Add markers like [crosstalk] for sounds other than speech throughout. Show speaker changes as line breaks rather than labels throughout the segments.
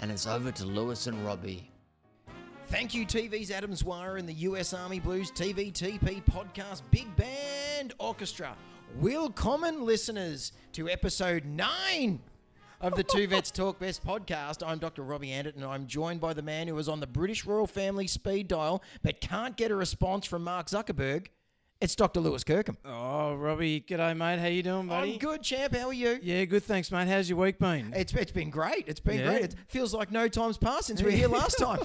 and it's over to Lewis and Robbie.
Thank you, TV's Adams Wire and the US Army Blues TVTP podcast Big Band Orchestra. Will common listeners to episode nine of the Two
[laughs]
Vets Talk Best podcast. I'm Dr. Robbie Anderton and I'm joined by the man who was on the British Royal Family speed dial but can't get a response from Mark Zuckerberg. It's Dr. Lewis Kirkham.
Oh, Robbie, g'day, mate. How you doing, buddy?
I'm good, champ. How are you?
Yeah, good. Thanks, mate. How's your week been?
It's, it's been great. It's been
Yeah.
great. It feels like no time's passed since we were here
[laughs]
last time.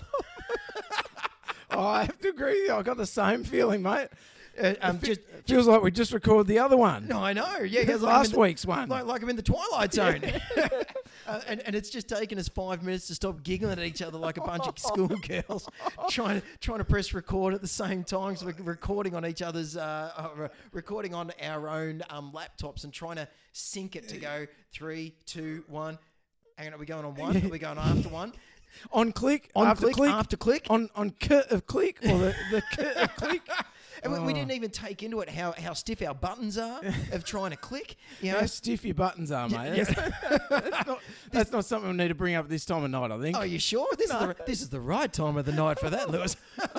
Oh, I have to agree. with you. I got the same feeling, mate.
Uh, um, just,
It feels like we just recorded the other one.
No, I know. Yeah, yeah, like I'm
Last
in the-
week's one.
Like, like I'm in the twilight zone. [laughs] Uh, and, and it's just taken us five minutes to stop giggling at each other like a
[laughs]
bunch of schoolgirls, [laughs] trying to trying to press record at the same time. So we're recording on each other's, uh, uh, re- recording on our own um, laptops and trying to sync it to go three, two, one. Hang on, are we going on one? Are we going after one?
[laughs] On click,
On
after
click,
click,
after click.
[laughs] on on k of click or the the k [laughs] of click.
And we,
Oh.
we didn't even take into it how, how stiff our buttons
[laughs]
are of trying to click. You know,
How stiff your buttons are, mate. That's, [laughs] that's not, that's not something we need to bring up this time of night. I think.
Oh, you sure? This is the this is the right time of the night for that,
[laughs]
Lewis.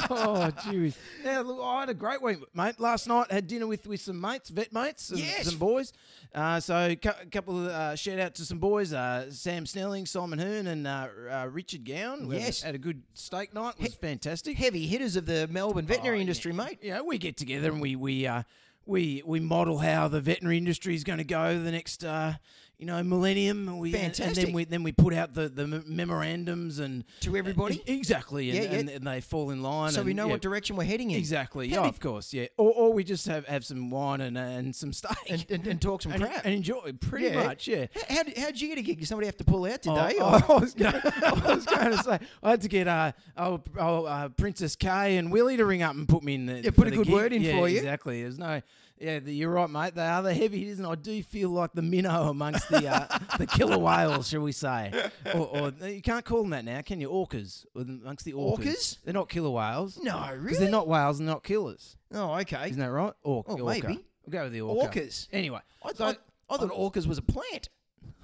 oh, jeez. Now, look, I had a great week, mate. Last night, had dinner with, with some mates, vet mates, some,
Yes.
some boys. Uh, so, a couple of uh, shout out to some boys uh, Sam Snelling, Simon Hearn, and uh, uh, Richard Gown. We
Yes.
Had a good steak night. It was fantastic.
Heavy hitters of the
Oh,
Melbourne veterinary industry, mate.
You know, we get together and we, we, uh, we, we model how the veterinary industry is going to go the next, uh, you know, millennium. And we, and- And,
Fantastic.
then we then we put out the, the memorandums and
To everybody?
exactly, and,
Yeah, yeah.
And, and they fall in line.
So we
and,
know
yeah.
what direction we're heading in.
Exactly.
How
Yeah,
did-
of course. Yeah. Or, or we just have, have some wine and, uh, and
[laughs]
some steak
And, and, and talk some
and,
crap.
and enjoy. Pretty much. Yeah. Oh,
H- How, did, how'd you get a gig? Did somebody have to pull out today? Oh,
I, I was going, [laughs] I was going to say I had to get uh, oh, oh, uh, Princess Kay and Willie to ring up and put me in the yeah,
put a good word in
yeah,
for you.
Exactly. There's no yeah. The, you're right, mate. They are the heavy hitters, and I do feel like the minnow amongst the
[laughs]
uh, the killer whales, shall we say? Or, or you can't call them that now, can you? Orcas amongst the orcas.
Orcas?
They're not killer whales.
No,
'Cause
really?
They're not whales and not killers.
[laughs] oh, okay.
Isn't that right? Orc,
Oh,
orca.
maybe.
We'll go with the orca.
Orcas.
Anyway.
I,
so-
I, I thought orcas was a plant. [laughs]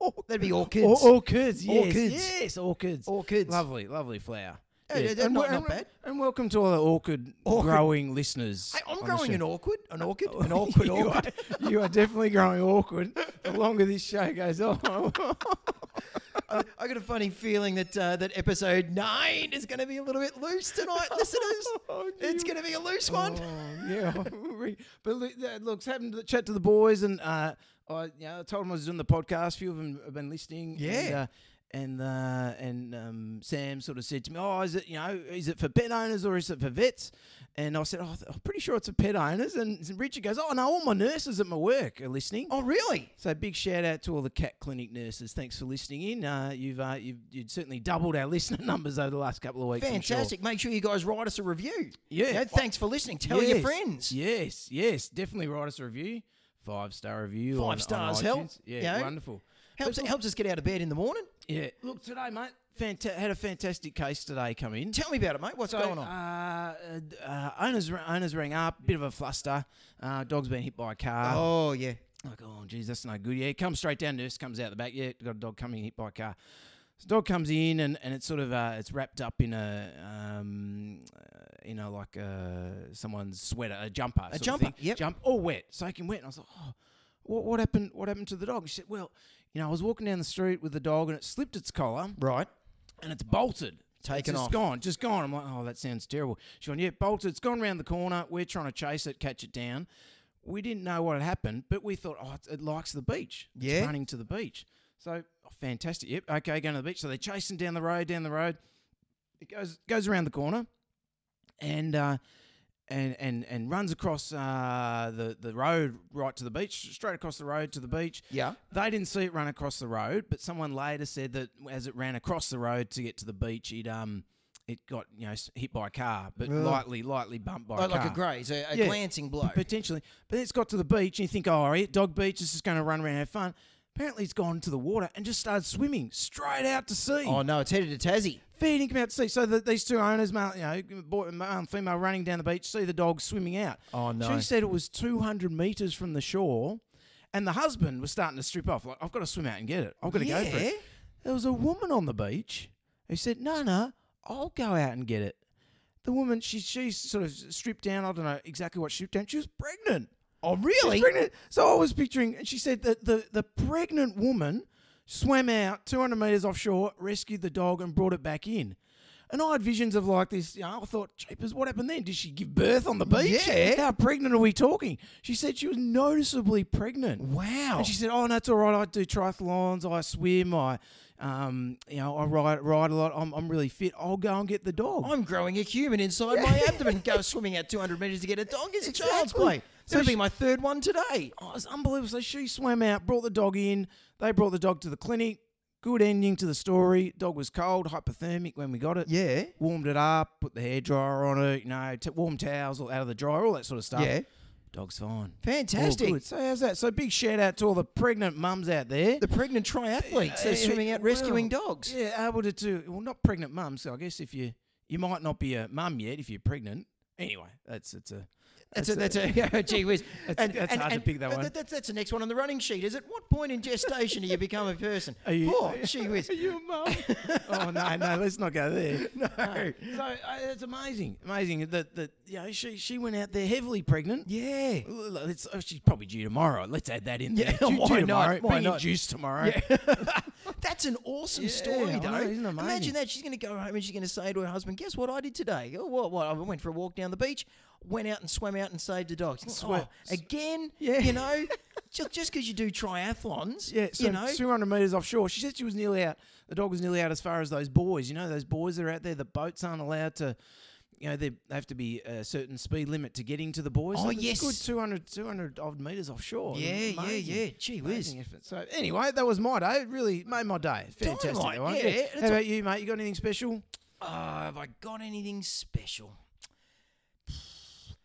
Oh, That'd be orchids.
Or- orchids, yes.
Orchids.
Yes, orchids.
Orchids.
Lovely, lovely flower.
Yeah, yeah,
And
not-
wel-
not bad.
And welcome to all the orchid,
Orchid.
growing listeners.
Hey, I'm
on the
growing
show.
an orchid. An
[laughs]
orchid. An awkward
you,
orchid.
Are, you are definitely growing awkward the longer this show
[laughs]
goes on.
I, I got a funny feeling that uh, that episode nine is going to be a little bit loose tonight, listeners.
Oh, gee.
it's going to be a loose one.
[laughs] Oh, yeah. Re- but look, that- look, it's happened to chat to the boys, and uh, I, you know, I told them I was doing the podcast. A few of them have been listening.
Yeah.
And uh, and, uh, and um, Sam sort of said to me, "Oh, is it you know, is it for pet owners or is it for vets?" And I said, oh, "I'm pretty sure it's for pet owners." And Richard goes, "Oh no, all my nurses at my work are listening."
Oh, really?
So big shout out to all the cat clinic nurses. Thanks for listening in. Uh, you've, uh, you've you've certainly doubled our [laughs] listener numbers over the last couple of weeks. I'm sure.
Fantastic. Make sure you guys write us a review.
Yeah.
thanks for listening. Tell your
Yes,
friends.
Yes, yes, definitely write us a review. Five star review.
Five
on- on
stars
iTunes.
help,
Yeah,
you know.
wonderful.
Helps, helps us get out of bed in the morning.
Yeah, look today, mate. Fanta- had a fantastic case today come in.
Tell me about it, mate. What's
So,
going on?
Uh, uh, owners, owners rang up. Bit of a fluster. Uh, dog's been hit by a car.
oh, yeah.
Like, oh, geez, that's no good. Yeah, come straight down. Nurse comes out the back. Yeah, got a dog coming hit by a car. So dog comes in and, and it's sort of uh, it's wrapped up in a um, uh, you know like uh, someone's sweater, a jumper, sort of
jumper,
thing.
yep.
jump, all wet, soaking wet. And I was like, oh, what, what happened? What happened to the dog? She said, well, you know, I was walking down the street with the dog and it slipped its collar
Right.
and it's bolted.
Taken
it's just
off.
gone, just gone. I'm like, oh, that sounds terrible. She went, yeah, bolted. It's gone round the corner. We're trying to chase it, catch it down. We didn't know what had happened, but we thought, oh, it, it likes the beach. It's
Yeah.
running to the beach. So oh, fantastic. Yep, okay, going to the beach. So they're chasing down the road, down the road. It goes goes around the corner, and uh, and and and runs across uh, the the road right to the beach, straight across the road to the beach.
Yeah.
They didn't see it run across the road, but someone later said that as it ran across the road to get to the beach, it um it got you know s- hit by a car, but lightly lightly bumped by
Oh,
a car.
like a graze, a, a
Yeah.
glancing blow.
Potentially. But then it's got to the beach and you think, oh, all right, dog beach, this is going to run around and have fun. Apparently it's gone to the water and just started swimming straight out to sea.
oh no, it's headed to Tassie.
Feeding come out to sea. So the, these two owners, male, you know, boy, male and female, running down the beach, see the dog swimming out.
Oh, no.
She said it was 200 metres from the shore and the husband was starting to strip off. Like, I've got to swim out and get it. I've got to go for
Yeah.
it. There was a woman on the beach who said, no, no, I'll go out and get it. The woman, she, she sort of stripped down. I don't know exactly what she stripped down. She was pregnant.
Oh
She's
really?
pregnant. So I was picturing, and she said that the, the pregnant woman swam out 200 meters offshore, rescued the dog, and brought it back in. And I had visions of like this. You know, I thought, jeepers, what happened then? Did she give birth on the beach?
Yeah.
How pregnant are we talking? She said she was noticeably pregnant.
Wow.
And she said, "Oh, no, it's all right. I do triathlons. I swim. I, um, you know, I ride ride a lot. I'm, I'm really fit. I'll go and get the dog."
I'm growing a human inside my abdomen. Go swimming out 200 metres to get a dog is a child's
Exactly.
play.
So
So That'll be
she-
my third one today.
Oh, it's unbelievable. So she swam out, brought the dog in. They brought the dog to the clinic. Good ending to the story. Dog was cold, hypothermic when we got it.
Yeah.
Warmed it up, put the hairdryer on it, you know, t- warm towels all out of the dryer, all that sort of stuff.
Yeah.
Dog's fine.
Fantastic.
All good. So how's that? So big shout out to all the pregnant mums out there.
The pregnant triathletes, they're
Uh,
swimming out
well,
rescuing dogs.
Yeah, able to do well, not pregnant mums. So I guess if you you might not be a mum yet if you're pregnant. Anyway, that's it's a
That's, a, that's a, [laughs] yeah, gee whiz.
that's hard to pick that
but
one.
that's, that's the next one on the running sheet, is it? What point in gestation do you become a person?
Are you-
oh, gee whiz.
[laughs] Are you a mum? oh no, no, let's not go [laughs] there.
No.
So uh, it's amazing, amazing that that you know she she went out there heavily pregnant.
Yeah.
L- l- It's, oh, she's probably due tomorrow. Let's add that in there. [laughs]
Yeah,
due,
why
due
not?
tomorrow.
Why
Bring your
not?
juice tomorrow.
That's an awesome
Yeah,
story,
I
though.
know, isn't it amazing?
Imagine that. She's going to go home and she's going to say to her husband, Guess what I did today? Oh, what? What? I went for a walk down the beach, went out and swam out and saved the dogs. And
Swam-
oh, again,
Yeah.
you know, [laughs] just because you do triathlons,
Yeah, so
you know.
200 metres offshore. She said she was nearly out. The dog was nearly out as far as those boys. You know, those boys that are out there, the boats aren't allowed to, you know, they they have to be a certain speed limit to getting to the boys.
Oh,
So there's a
yes.
Good 200, 200 odd metres offshore.
Yeah, yeah,
Amazing.
yeah. Gee whiz.
Amazing effort. So, anyway, that was my day. It really made my day. Fantastic.
Dynamite,
that one.
yeah. That's
How
a-
about you, mate? You got anything special?
Oh, have I got anything special?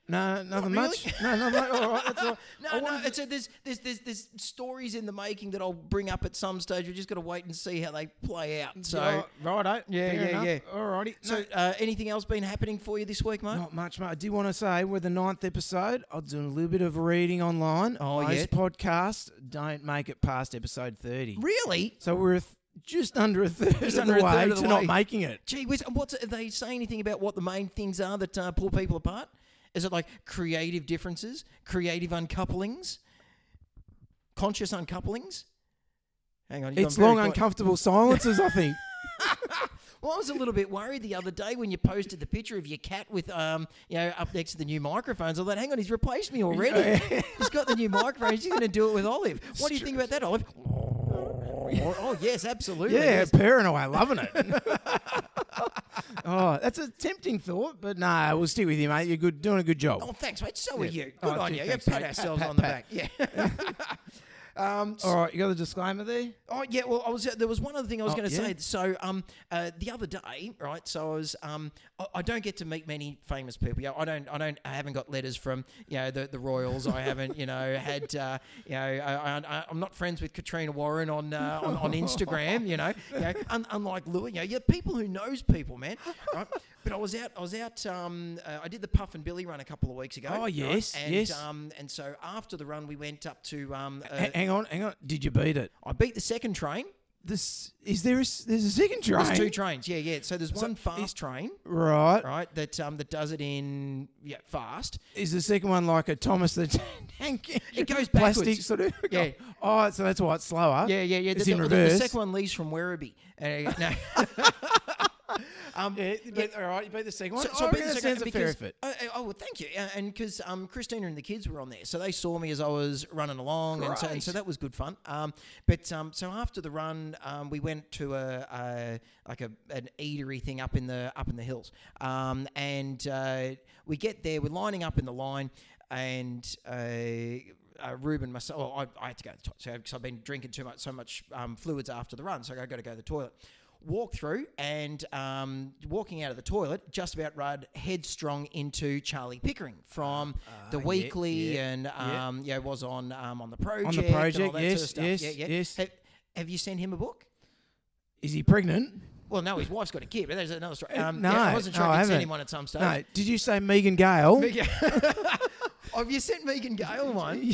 No, nothing
really.
much. No, nothing much. All right. That's all.
[laughs]
I
No, no,
wanted to-
it's a, there's, there's, there's, there's stories in the making that I'll bring up at some stage. We've just got to wait and see how they play out. So,
Oh, righto.
Yeah,
Fair
yeah,
enough. All righty. No,
so uh, anything else been happening for you this week, mate?
Not much, mate. I do want to say we're the ninth episode. I'll do a little bit of reading online.
Oh,
Most
yeah.
podcasts don't make it past episode 30.
Really?
So we're a th- just under a third, of,
under
the
a third
way
of the
to not
way.
making it.
Gee whiz, and what's are they say anything about what the main things are that uh, pull people apart? Is it like creative differences, creative uncouplings, conscious uncouplings? Hang on, you've
It's
gone very
long,
quiet.
uncomfortable silences,
[laughs]
I think.
Well, I was a little bit worried the other day when you posted the picture of your cat with, um, you know, up next to the new microphones. I thought, hang on, he's replaced me already. he's got the new microphone. He's going to do it with Olive. What do you think about that, Olive? oh yes, absolutely.
Yeah,
yes.
purring away, loving it. [laughs] oh, that's a tempting thought, but nah, we'll stick with you, mate. You're good, doing a good job.
Oh, thanks, mate. So are you. Good
Oh,
on
gee,
you.
thanks,
yeah, pat
mate. Pat,
ourselves
pat,
on the
pat.
back. Yeah.
All right, you got the disclaimer there.
Oh yeah, well, I was there was one other thing I was
Oh,
going to
yeah?
say. So, um, uh, the other day, right? So I was, um, I, I don't get to meet many famous people. Yeah, I don't, I don't, I haven't got letters from you know the, the royals. I haven't, you know, had, uh, you know, I, I, I'm not friends with Katrina Warren on uh, on, on Instagram. You know, you know un, unlike Louis, you know, yeah, people who knows people, man. Right? But I was out, I was out. Um, uh, I did the Puff and Billy run a couple of weeks ago.
Oh,
right?
yes,
and,
yes.
Um, and so after the run, we went up to. Um, uh,
H- hang on, hang on. Did you beat it?
I beat the second train.
This is there. A, s- there's a second train.
There's two trains. Yeah, yeah. So there's one fast train,
right.
right? That um that does it in yeah fast.
Is the second one like a Thomas the [laughs] Tank? Engine?
It goes
plastic
backwards.
sort of.
Yeah.
[laughs] Oh, so that's why it's slower.
Yeah, yeah, yeah.
It's
the,
in
the-
reverse.
The second one leaves from Werribee. Uh, no. [laughs] Um,
Yeah, but, all right, you beat the second one.
So,
Oh, So,
so
I
I've been
reckon
the
it stands
second-
a fair
because-
effort.
Oh, oh, well, thank you. Uh, and because um, Christina and the kids were on there, so they saw me as I was running along, and so, and so
Great.
that was good fun. Um, but um, so after the run, um, we went to a, a like a an eatery thing up in the up in the hills, um, and uh, we get there. We're lining up in the line, and. Uh, uh, Ruben, myself, oh, I, I had to go to the toilet because I've been drinking too much, so much um, fluids after the run, so I got to go to the toilet walk through and um, walking out of the toilet, just about run headstrong into Charlie Pickering from the
Ah, yeah,
Weekly
yeah,
and
yeah.
um, yeah. was on um, on the project. and all
project,
that
yes,
sort of
yes,
stuff. yeah, yeah.
yes.
Have, have you sent him a book?
Is he pregnant?
Well, no, his wife's got a kid, but there's another story. Um,
no,
yeah, I wasn't sure
no,
if
I
you'd sent
haven't.
him one at some stage.
[laughs] No. Did you say Megan Gale?
[laughs] Have you sent Megan Gale one?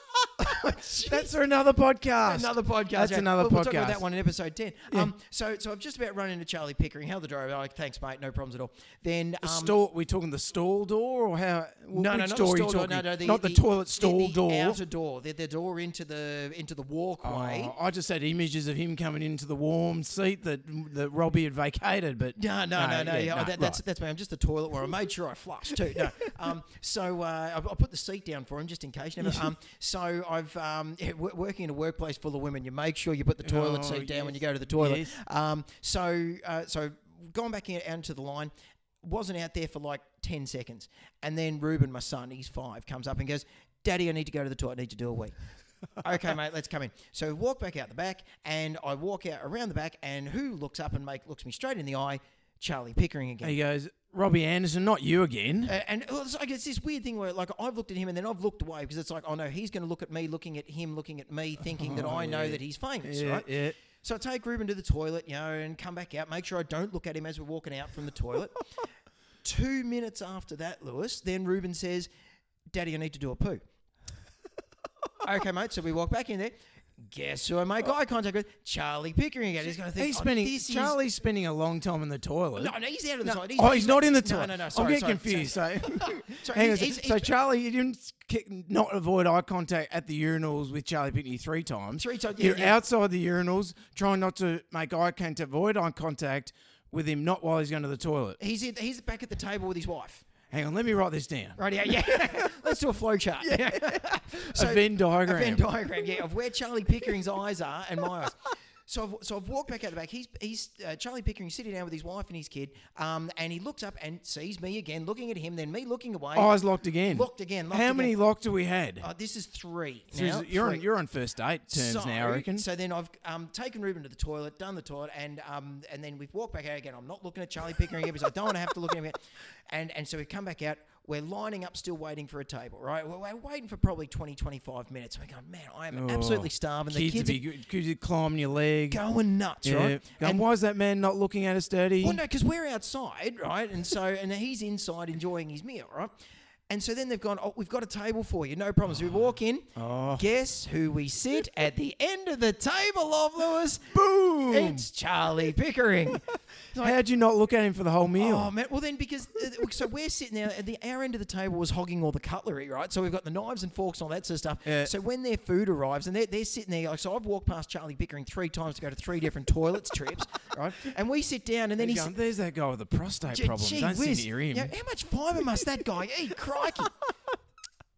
[laughs] That's for another podcast.
Another podcast.
That's
yeah.
another
We'll- We'll talk about
podcast.
that one in episode ten. Um, so, so I've just about run into Charlie Pickering. How the driver? Like, thanks, mate. No problems at all. Then um,
Store? We talking the stall door or how?
No,
which
no, not
door
the
are you
stall door.
talking?
No, no, the,
not the, toilet stall
the, the
door.
outer door, the, the door into the into the walkway.
Oh, I just had images of him coming into the warm seat that that Robbie had vacated, but
No, no, no, no. yeah,
no,
that, That's
right.
that's me. I'm just the toilet where I made sure I flushed too. No. [laughs] Um, so uh, I, I put the seat down for him just in case. Never, um, so I've um, yeah, wo- working in a workplace full of women. You make sure you put the toilet
Oh,
seat down when you
yes,
go to the toilet.
yes.
Um, so uh, so gone back in, out into the line. Wasn't out there for like ten seconds, and then Ruben, my son, he's five, comes up and goes, "Daddy, I need to go to the toilet. I need to do a wee." okay, mate, let's come in. So we walk back out the back, and I walk out around the back, and who looks up and make looks me straight in the eye? Charlie Pickering again.
He goes, Robbie Anderson, not you again.
A- And well, it's like it's this weird thing where like I've looked at him and then I've looked away because it's like oh no he's going to look at me looking at him looking at me thinking that I know that he's famous right
yeah.
so I take Ruben to the toilet you know and come back out make sure I don't look at him as we're walking out from the
[laughs]
toilet two minutes after that Lewis then Ruben says daddy I need to do a
[laughs]
poo okay mate so we walk back in there guess who I make eye contact with Charlie Pickering again he's going to think
He's
oh,
spending
this is-
Charlie's spending a long time in the toilet.
no, no, he's out of the toilet.
oh, he's not in the
No,
toilet.
no, no. Sorry,
I'm
sorry,
getting
sorry.
confused. So,
[laughs]
[laughs]
Sorry,
hang on a
he's-
sec.
he's-
so
he's-
Charlie, you didn't s- ki- not avoid eye contact at the urinals with Charlie Pitney three times.
Three times, yeah,
You're
yeah.
outside the urinals, trying not to make eye contact, avoid eye contact with him, not while he's going to the toilet.
He's in, he's back at the table with his wife.
Hang on, let me write this down.
Right? Yeah, yeah. [laughs] Let's do a flow chart. [laughs] So-
a Venn diagram.
A Venn diagram, yeah, of where Charlie Pickering's eyes are and my eyes. So I've, so I've walked back out the back. He's he's uh, Charlie Pickering sitting down with his wife and his kid, um, and he looks up and sees me again, looking at him, then me looking away.
Eyes locked again.
Locked again, locked
How many
again.
locked do we had?
Uh, this is three.
So
now,
you're
three.
on you're on first date terms
so,
now, I reckon.
So then I've um, taken Ruben to the toilet, done the toilet, and um, and then we've walked back out again. I'm not looking at Charlie Pickering again because I don't want to have to look at him again. And, and so we come back out. We're lining up, still waiting for a table, right? We're, we're waiting for probably 20, 25 minutes. We're going, man, I am absolutely starving. The
Oh, kids,
kids,
would be good- kids would climbing your leg.
are going nuts,
yeah.
right?
Going,
And-
why is that man not looking at us dirty?
well, no, because we're outside, right? And so, and he's inside enjoying his meal, right? And so then they've gone, oh, we've got a table for you, no problems. We walk in.
Oh.
Guess who we sit at the end of the table of, Lewis?
Boom!
It's Charlie Pickering.
[laughs] How'd you not look at him for the whole meal?
Oh man! Well, then because uh, so we're sitting there at the our end of the table was hogging all the cutlery, right? So we've got the knives and forks and all that sort of stuff.
Yeah.
So when their food arrives and they're, they're sitting there, like so I've walked past Charlie Pickering three times to go to three different toilets trips, [laughs] right? And we sit down and then
You're
he's
going, There's that guy with the prostate problem.
Gee
Don't
whiz.
seem to hear him.
Yeah, how much fibre must that guy eat?
[laughs]
Crikey.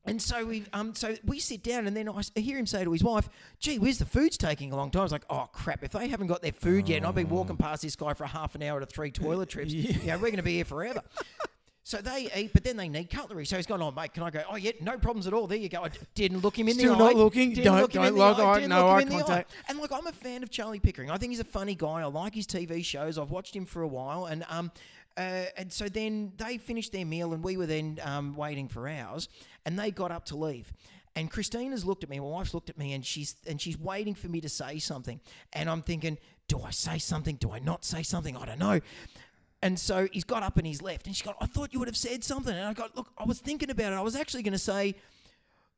And so we, um, so we sit down, and then I s- I hear him say to his wife, "Gee, where's the food's taking a long time?" I was like, "Oh crap! If they haven't got their food yet, and I've been walking past this guy for half an hour to three toilet trips,
[laughs]
yeah, we're going to be here forever." So they eat, but then they need cutlery. So he's gone, "Oh mate, can I go?" "Oh yeah, no problems at all." There you go. I d- didn't look him in
Still
the
not
eye.
looking?
Didn't
Don't-
look him
don't
in the
look
eye.
eye,
Didn't
no
look him
eye
in the eye.
contact.
And look, I'm a fan of Charlie Pickering. I think he's a funny guy. I like his TV shows. I've watched him for a while, and um, uh, and so then they finished their meal, and we were then um, waiting for ours, and they got up to leave. And Christina's looked at me. My wife's looked at me, and she's and she's waiting for me to say something. And I'm thinking, do I say something? Do I not say something? I don't know. And so he's got up and he's left. And she's gone, I thought you would have said something. And I got, look, I was thinking about it. I was actually going to say,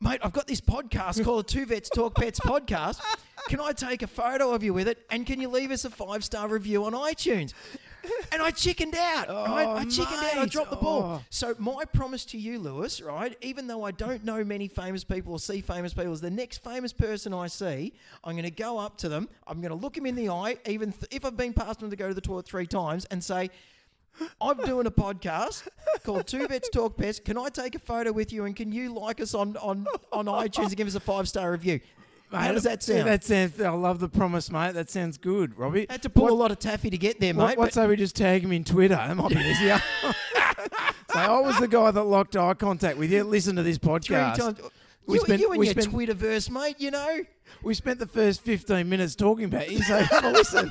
mate, I've got this podcast called Two Vets Talk Pets Podcast. Can I take a photo of you with it? And can you leave us a five star review on iTunes? and I chickened out. right? I chickened out. I
Oh, mate.
dropped the ball.
Oh.
So my promise to you, Lewis, right? Even though I don't know many famous people or see famous people, is the next famous person I see, I'm going to go up to them. I'm going to look them in the eye, even th- if I've been past them to go to the toilet three times, and say. I'm doing a podcast called Two Vets Talk Pets. Can I take a photo with you and can you like us on, on, on iTunes and give us a five star review? How
Mate,
does that
yeah,
sound?
that sounds. I love the promise, mate. That sounds good, Robbie.
Had to pull
What-
a lot of taffy to get there,
What,
mate.
what's
but
that? We just tag him in Twitter. That
[laughs]
might be easier. so I was the guy that locked eye contact with you. Listen to this
three
podcast.
times.
We
you,
spent-
you and
we
your
spent-
Twitterverse, mate. You know,
We spent the first 15 minutes talking about you,
[laughs]
so have a listen.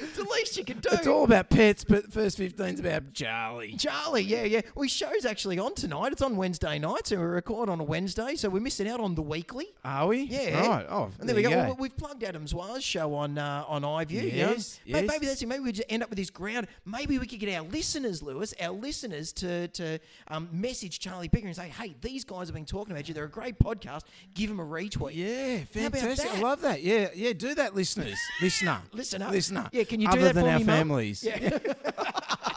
it's the least you can do.
it's all about pets, but first 15's about Charlie.
Charlie, yeah, yeah. Well, his show's actually on tonight. It's on Wednesday nights, and we record on a Wednesday, so we're missing out on the weekly.
Are we?
Yeah.
Right. Oh,
and there, we
you
go. Well, we've plugged Adam Zwa's show on uh, on iView. you know.
Yes,
May-
yes.
Maybe that's it. Maybe we just end up with this ground. Maybe we could get our listeners, Lewis, our listeners to to um, message Charlie Pickering and say, "Hey, these guys have been talking about you. They're a great podcast. Give them a retweet."
Yeah,
How about
fantastic. I
that?
love that. Yeah, yeah, do
[laughs]
that, listeners. Listener.
Listen up.
Listener.
Yeah, can you do
Other
that
than
for
our
me, Mum?
families.
Yeah.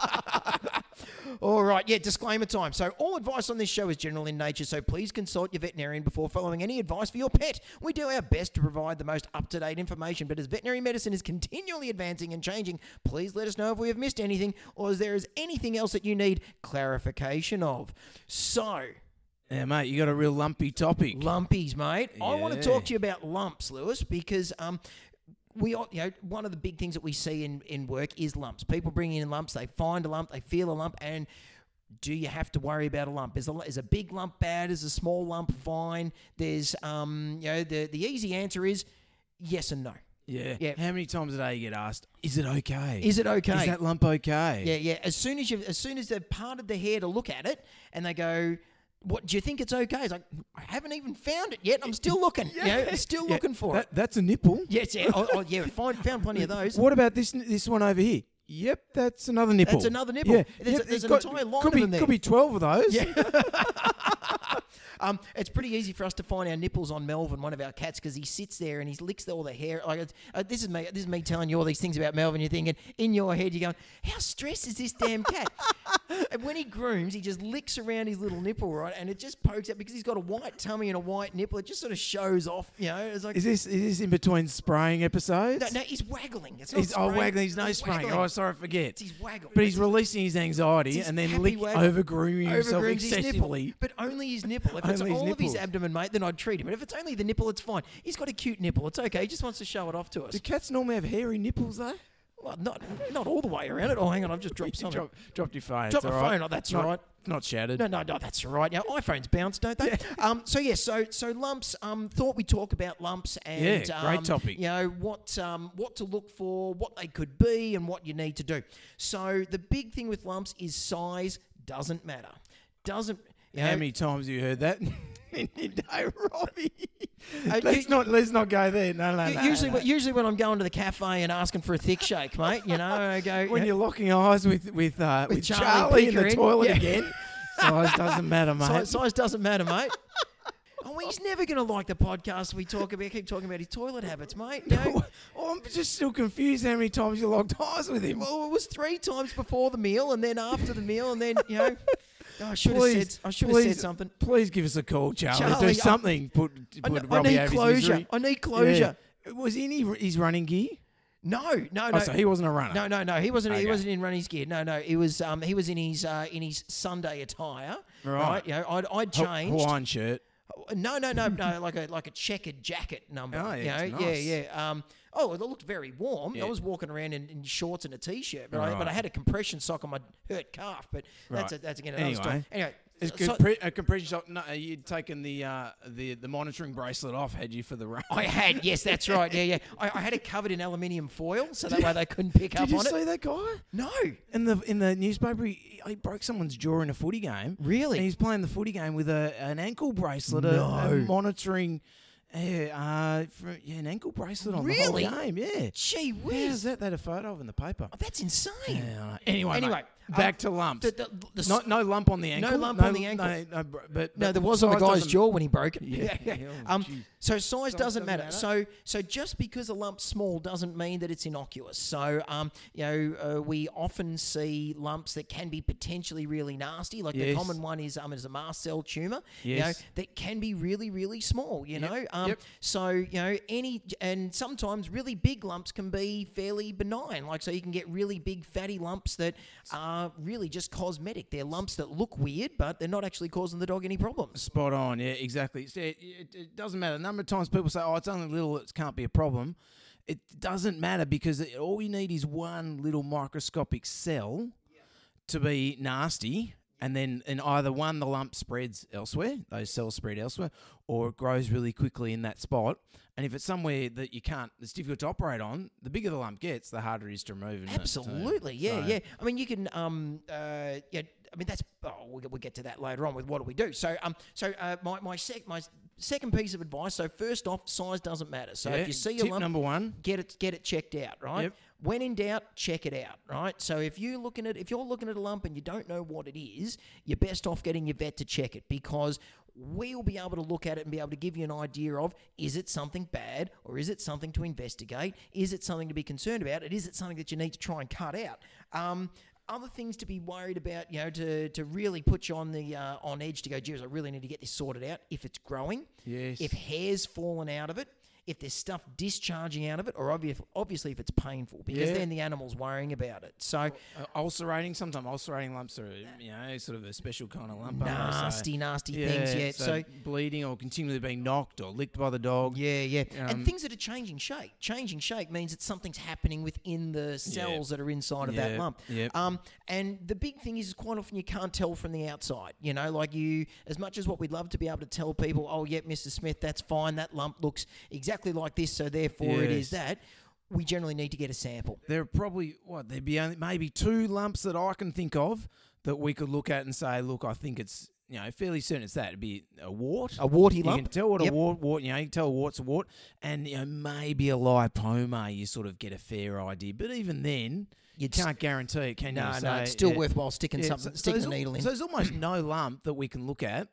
[laughs] All right, yeah, disclaimer time. So, all advice on this show is general in nature, so please consult your veterinarian before following any advice for your pet. We do our best to provide the most up to date information, but as veterinary medicine is continually advancing and changing, please let us know if we have missed anything or if there is anything else that you need clarification of. So,
Yeah, mate, you got a real lumpy topic.
lumpies, mate. I want to
Yeah.
talk to you about lumps, Lewis, because um, we all, you know one of the big things that we see in in work is lumps. People bring in lumps, they find a lump, they feel a lump, and do you have to worry about a lump? Is a, is a big lump bad? Is a small lump fine? There's um, you know, the the easy answer is yes and no.
Yeah.
Yeah.
How many times a day you get asked, is it okay?
Is it okay?
Is that lump okay?
Yeah, yeah. As soon as you, as soon as they've parted the hair to look at it, and they go, "What do you think it's okay?" It's like I haven't even found it yet. I'm still looking. yeah, you know, still
Yeah,
looking for
that,
it.
That's a nipple.
Yes, yeah, oh, oh, yeah. Find, found plenty of those.
What about this this one over here? Yep, that's another nipple.
another nipple.
Yeah.
There's a-
Yep,
there's an
got-
entire line
could
of
be,
them there.
Could be 12 of those.
Yeah. Um, it's pretty easy for us to find our nipples on Melvin, one of our cats, because he sits there and he licks all the hair. Like it's, uh, this is me. This is me telling you all these things about Melvin. You're thinking in your head, you're going, "How stressed is this damn cat?" [laughs] and when he grooms, he just licks around his little nipple, right? And it just pokes out because he's got a white tummy and a white nipple. It just sort of shows off, you know. It's like
Is this is this in between spraying episodes?
no, no, he's waggling. It's not
He's, oh,
spraying.
waggling. He's no spraying.
waggling.
Oh, sorry, I forget.
He's waggling.
But he's
It's-
releasing his anxiety
It's his
and then
happy
lick,
wag-
over grooming himself
Overgrooms his nipple,
excessively.
but only his nipple. If it's
Only his
all of his
nipples.
abdomen, mate, then I'd treat him. But if it's only the nipple, it's fine. He's got a cute nipple. It's okay. He just wants to show it off to us.
Do cats normally have hairy nipples though?
Well, not not all the way around it. Oh, hang on, I've just dropped
[laughs] You
something.
drop, dropped your phone.
Dropped my
it's all right.
phone, oh, that's
not,
all right.
Not shattered.
No, no, no, that's all right. Now iPhones bounce, don't they? Um, so yeah, so so lumps. Um, thought we talk about lumps and
Yeah, great
um,
topic.
You know what um, what to look for, what they could be, and what you need to do. So the big thing with lumps is size doesn't matter. Doesn't. you
How
know,
many times have you heard that [laughs] in your day, Robbie?
Uh,
let's not let's not go there. No, no,
U-
no.
usually,
no.
when- usually when I'm going to the cafe and asking for a thick shake, mate, you know, I go.
when you're locking eyes with with uh, with,
Charlie
Charlie, in the
Pickering,
toilet
yeah.
again, [laughs] size doesn't matter, mate.
size, size doesn't matter, mate. Oh, he's never going to like the podcast we talk about. Keep talking about his toilet habits, mate. you know?
[laughs] Oh, I'm just still confused how many times you locked eyes with him.
well, it was three times before the meal, and then after the meal, and then you know. Oh, I should have said.
Please,
I should have said
please-
something.
Please give us a call, Charlie.
Charlie, I-
Do something. put
I,
put
kn- I
Robbie out
need
of his
closure.
misery.
I need closure.
Yeah. Was he in he- his running gear?
No, no, no.
Oh, so he wasn't a runner.
No, no, no. He wasn't. He
Okay.
wasn't in running gear. No, no. He was. Um, he was in his uh, in his Sunday attire.
Right.
You know, I'd, I'd
Ha-
changed.
Hawaiian shirt.
No, no, no,
[laughs]
no. Like a like a checkered jacket number.
Oh, yeah,
you know?
it's nice.
yeah, yeah. Um, oh, it looked very warm. I
Yeah.
was walking around in, in shorts and a t-shirt, but, I, but
Right.
I had a compression sock on my hurt calf. But that's a,
Right.
that's again another story.
Anyway.
Anyway,
It's
so-
compre- a compression shot. No, you'd taken the uh, the the monitoring bracelet off, had you for the run?
[laughs] I had yes,
[laughs]
that's right. Yeah, yeah. I, I had it covered in aluminium foil, so that way they couldn't pick up
Did you
on
see
it.
that guy
No,
in the in the newspaper? He, he broke someone's jaw in a footy game.
Really?
And he's playing the footy game with a an ankle bracelet, a- a,
No.
monitoring, uh, uh, for, yeah, an ankle bracelet on
Really?
the whole game. Yeah.
gee
How's
whiz,
that? They had a photo of in the paper.
that's insane.
Yeah, I know. anyway,
Anyway, um,
mate, back to lumps.
The, the, the,
no, no lump on the ankle.
lump on the ankle.
No, no, br- but,
No,
but
there was on the
size
guy's
doesn't-
jaw when he broke [laughs] it.
Yeah. Oh,
um,
geez.
so size, doesn't
doesn't
matter.
matter.
So so just because a lump's small doesn't mean that it's innocuous. So um, you know, uh, we often see lumps that can be potentially really nasty. Like the
Yes.
common one is um, is a mast cell tumor. You know,
Yes.
that can be really really small. You know, um,
Yep.
so you know any and sometimes really big lumps can be fairly benign. Like so you can get really big fatty lumps that are really just cosmetic. They're lumps that look weird, but they're not actually causing the dog any problems.
Spot on. Yeah, exactly. It's- It, it, it doesn't matter. A number of times people say, oh, it's only little, it can't be a problem. It doesn't matter because it, all you need is one little microscopic cell to be nasty. And then, and either one, the lump spreads elsewhere, those cells spread elsewhere, or it grows really quickly in that spot. And if it's somewhere that you can't, it's difficult to operate on, the bigger the lump gets, the harder it is to remove. isn't it? So-
Absolutely, yeah,
so-
yeah. I mean, you can, um, uh, yeah. I mean, that's. Oh, we'll, get- we'll get to that later on with what do we do. So, um, so uh, my my sec my second piece of advice. So, first off, size doesn't matter. So,
Yeah,
if you see a
Eh, tip
lump,
number one,
get it get it checked out, right?
Yep.
When in doubt, check it out, right? So if you're looking at if you're looking at a lump and you don't know what it is, you're best off getting your vet to check it because we'll be able to look at it and be able to give you an idea of is it something bad or is it something to investigate? Is it something to be concerned about? And is it something that you need to try and cut out? Um, other things to be worried about, you know, to, to really put you on the uh, on edge to go, geez, I really need to get this sorted out. If it's growing,
Yes.
if hair's fallen out of it, if there's stuff discharging out of it, or obvi- obviously if it's painful, because
Yeah.
then the animal's worrying about it. So
Uh, ulcerating, sometimes ulcerating lumps are, you know, sort of a special kind of lump. aren't they? So-
nasty, nasty things. Yeah. So,
bleeding or continually being knocked or licked by the dog.
yeah, yeah,
Um,
and things that are changing shape. Changing shape means that something's happening within the cells that are inside of that
Yep,
lump.
yep.
Um, and the big thing is, is quite often you can't tell from the outside. You know, like you, as much as what we'd love to be able to tell people, oh, yeah, Mr. Smith, that's fine. That lump looks exactly like this, so therefore it is that. We generally need to get a sample.
There are probably what there'd be only maybe two lumps that I can think of that we could look at and say, look, I think it's you know fairly certain it's that. It'd be a wart,
A warty
You can
lump?
tell what
Yep.
a wart, wart. You know, you can tell a wart's a wart, and you know maybe a lipoma. You sort of get a fair idea, but even then, you
You'd s-
can't guarantee it. Can
No,
you?
no,
So,
it's still
yeah.
worthwhile sticking
Yeah,
something,
so- so
sticking a
there's al-
needle in.
So there's almost no lump that we can look at.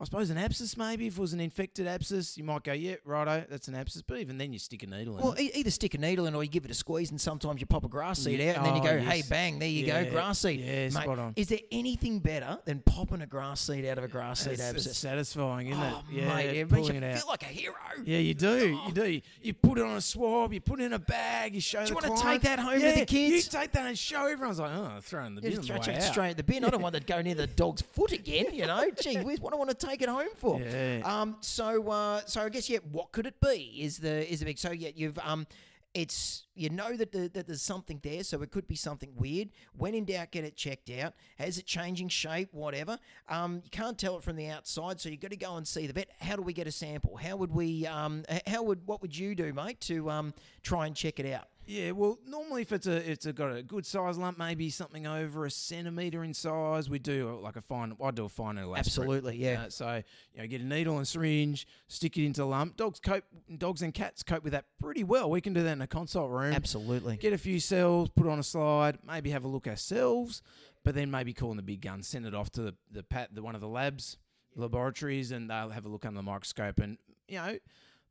I suppose an abscess maybe. If it was an infected abscess, you might go, yeah, righto, that's an abscess. But even then, you stick a needle in.
well,
it.
e- either stick a needle in or you give it a squeeze, and sometimes you pop a grass seed
Yeah.
out, and then you
Oh,
go, hey,
yes.
bang, there you
Yeah,
go, grass seed.
yeah,
Mate,
spot on.
Is there anything better than popping a grass seed out of a grass seed
It's, it's
abscess?
satisfying, isn't
Oh,
it? Yeah,
mate, it makes you
pulling
feel
it out.
like a hero.
yeah, you do. You do. You put it on a swab. You put it in a bag. You show.
you
the
wanna take
client.
that home to the
Yeah,
kids?
You take that and show everyone's like, oh, throw it in the
You
bin.
just
on
throw
the way
it
out."
straight in the bin. I don't want that going near the dog's foot again. You know, gee, whiz, what do I want to take it home for?
Yeah.
Um. So, uh, so I guess yeah. What could it be? Is the is the big so yeah? You've um. It's you know that, the, that there's something there, so it could be something weird. When in doubt, get it checked out. Has it changing shape? Whatever. Um, you can't tell it from the outside, so you've got to go and see the vet. How do we get a sample? How would we? Um, h- how would what would you do, mate, to um try and check it out?
Yeah, well, normally if it's a it's a, got a good size lump, maybe something over a centimeter in size, we do uh, like a fine. I do a fine and elastic.
Absolutely, yeah.
Uh, so you know, get a needle and syringe, stick it into the lump. Dogs cope, dogs and cats cope with that pretty well. We can do that in a consult room.
Absolutely.
Get a few cells, put on a slide, maybe have a look ourselves, but then maybe call in the big gun, send it off to the the pat the one of the labs, laboratories, and they'll have a look under the microscope. And you know,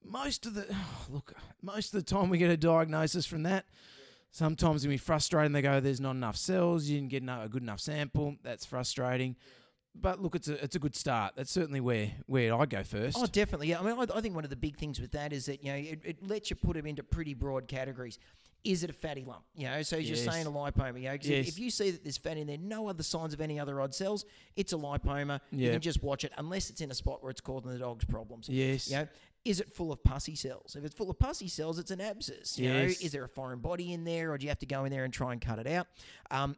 most of the [sighs] look, most of the time we get a diagnosis from that. Sometimes it can be frustrating. They go, "There's not enough cells. You didn't get no- a good enough sample. That's frustrating." But look, it's a it's a good start. That's certainly where where I go first.
Oh, definitely. Yeah. I mean, I, I think one of the big things with that is that you know it, it lets you put them into pretty broad categories. Is it a fatty lump? You know, so as you're
Yes.
saying a lipoma. You know, 'cause if-
Yes.
if you see that there's fat in there, no other signs of any other odd cells, it's a lipoma. You
Yeah.
can just watch it unless it's in a spot where it's causing the dog's problems.
Yes.
You know, is it full of pussy cells? If it's full of pussy cells, it's an abscess. You
Yes.
know, is there a foreign body in there, or do you have to go in there and try and cut it out? Um,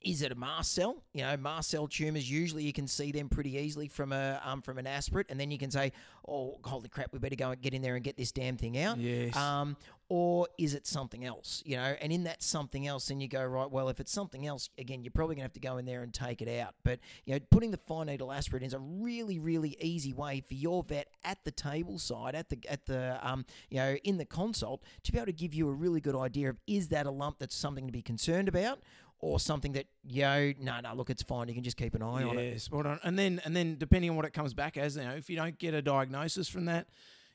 is it a mast cell? You know, mast cell tumors. Usually, you can see them pretty easily from a um, from an aspirate, and then you can say, "Oh, holy crap, we better go and get in there and get this damn thing out."
Yes.
Um, or is it something else? You know, and in that something else, then you go right. Well, if it's something else, again, you're probably gonna have to go in there and take it out. But you know, putting the fine needle aspirate in is a really, really easy way for your vet at the table side, at the at the um, you know, in the consult, to be able to give you a really good idea of is that a lump that's something to be concerned about or something that yo, no, no, look, it's fine. You can just keep an eye on it.
Yes, spot on. And then and then depending on what it comes back as, you know, if you don't get a diagnosis from that,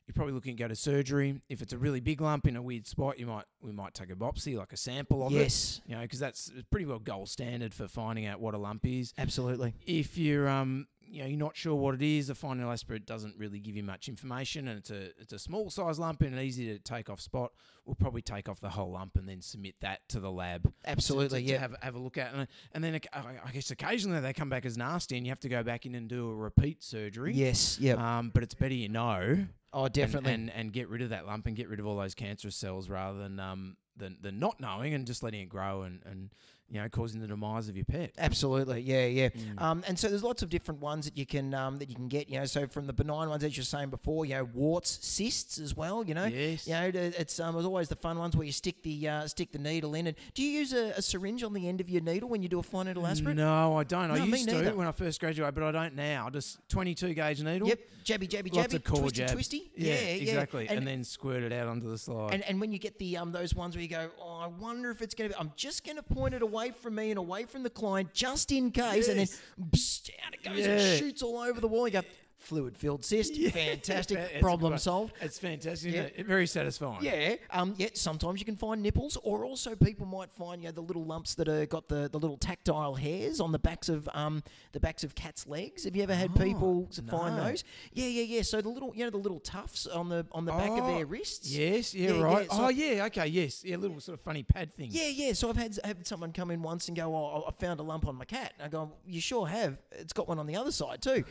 you're probably looking to go to surgery. If it's a really big lump in a weird spot, you might we might take a biopsy, like a sample of it.
Yes,
You know, because that's pretty well gold standard for finding out what a lump is.
absolutely.
If you're um you know you're not sure what it is, the final aspirate doesn't really give you much information, and it's a it's a small size lump and an easy to take off spot. We'll probably take off the whole lump and then submit that to the lab
Absolutely,
to, to
yeah.
have have a look at, and, and then oc- I I guess occasionally they come back as nasty, and you have to go back in and do a repeat surgery.
Yes, yeah.
Um, but it's better you know
oh, definitely.
and, and and get rid of that lump and get rid of all those cancerous cells rather than um than, than not knowing and just letting it grow and and you know causing the demise of your pet.
Absolutely, yeah, yeah.
Mm.
Um, and so there's lots of different ones that you can um, that you can get. You know, so from the benign ones, as you were saying before, you know, warts, cysts as well. You know,
Yes.
You know, the- it's um, it's always the fun ones where you stick the uh, stick the needle in. And do you use a, a syringe on the end of your needle when you do a fine needle aspirate?
No, I don't. I
No, me
used to
neither.
when I first graduated, but I don't now. Just 22 gauge needle.
Yep, jabby, jabby, jabby,
Lots of core
twisty,
jabs.
twisty. Yeah, yeah,
exactly. And,
And,
then squirt it out onto the slide.
and and when you get the um those ones where you go, oh, I wonder if it's gonna. be... I'm just gonna point it away from me and away from the client just in case, and
Yes.
then psst, out it goes
Yeah.
and shoots all over the wall. You go, fluid filled cyst,
[laughs]
fantastic,
[laughs] It's a
problem
great-
solved.
It's fantastic. Isn't it? Very satisfying.
Yeah, um, yeah. Sometimes you can find nipples, or also people might find you know the little lumps that are got the, the little tactile hairs on the backs of um the backs of cats' legs. Have you ever had people s- find
Oh, no.
those? Yeah, yeah, yeah. So the little you know the little tufts on the on the back of
Oh,
their wrists.
Yes. Yeah.
Yeah,
right.
yeah, so-
oh yeah. Okay. Yes. Yeah. Little sort of funny pad thing.
Yeah, yeah. So I've had I had someone come in once and go, "Oh, I- I found a lump on my cat." And I go, "You sure have. It's got one on the other side too,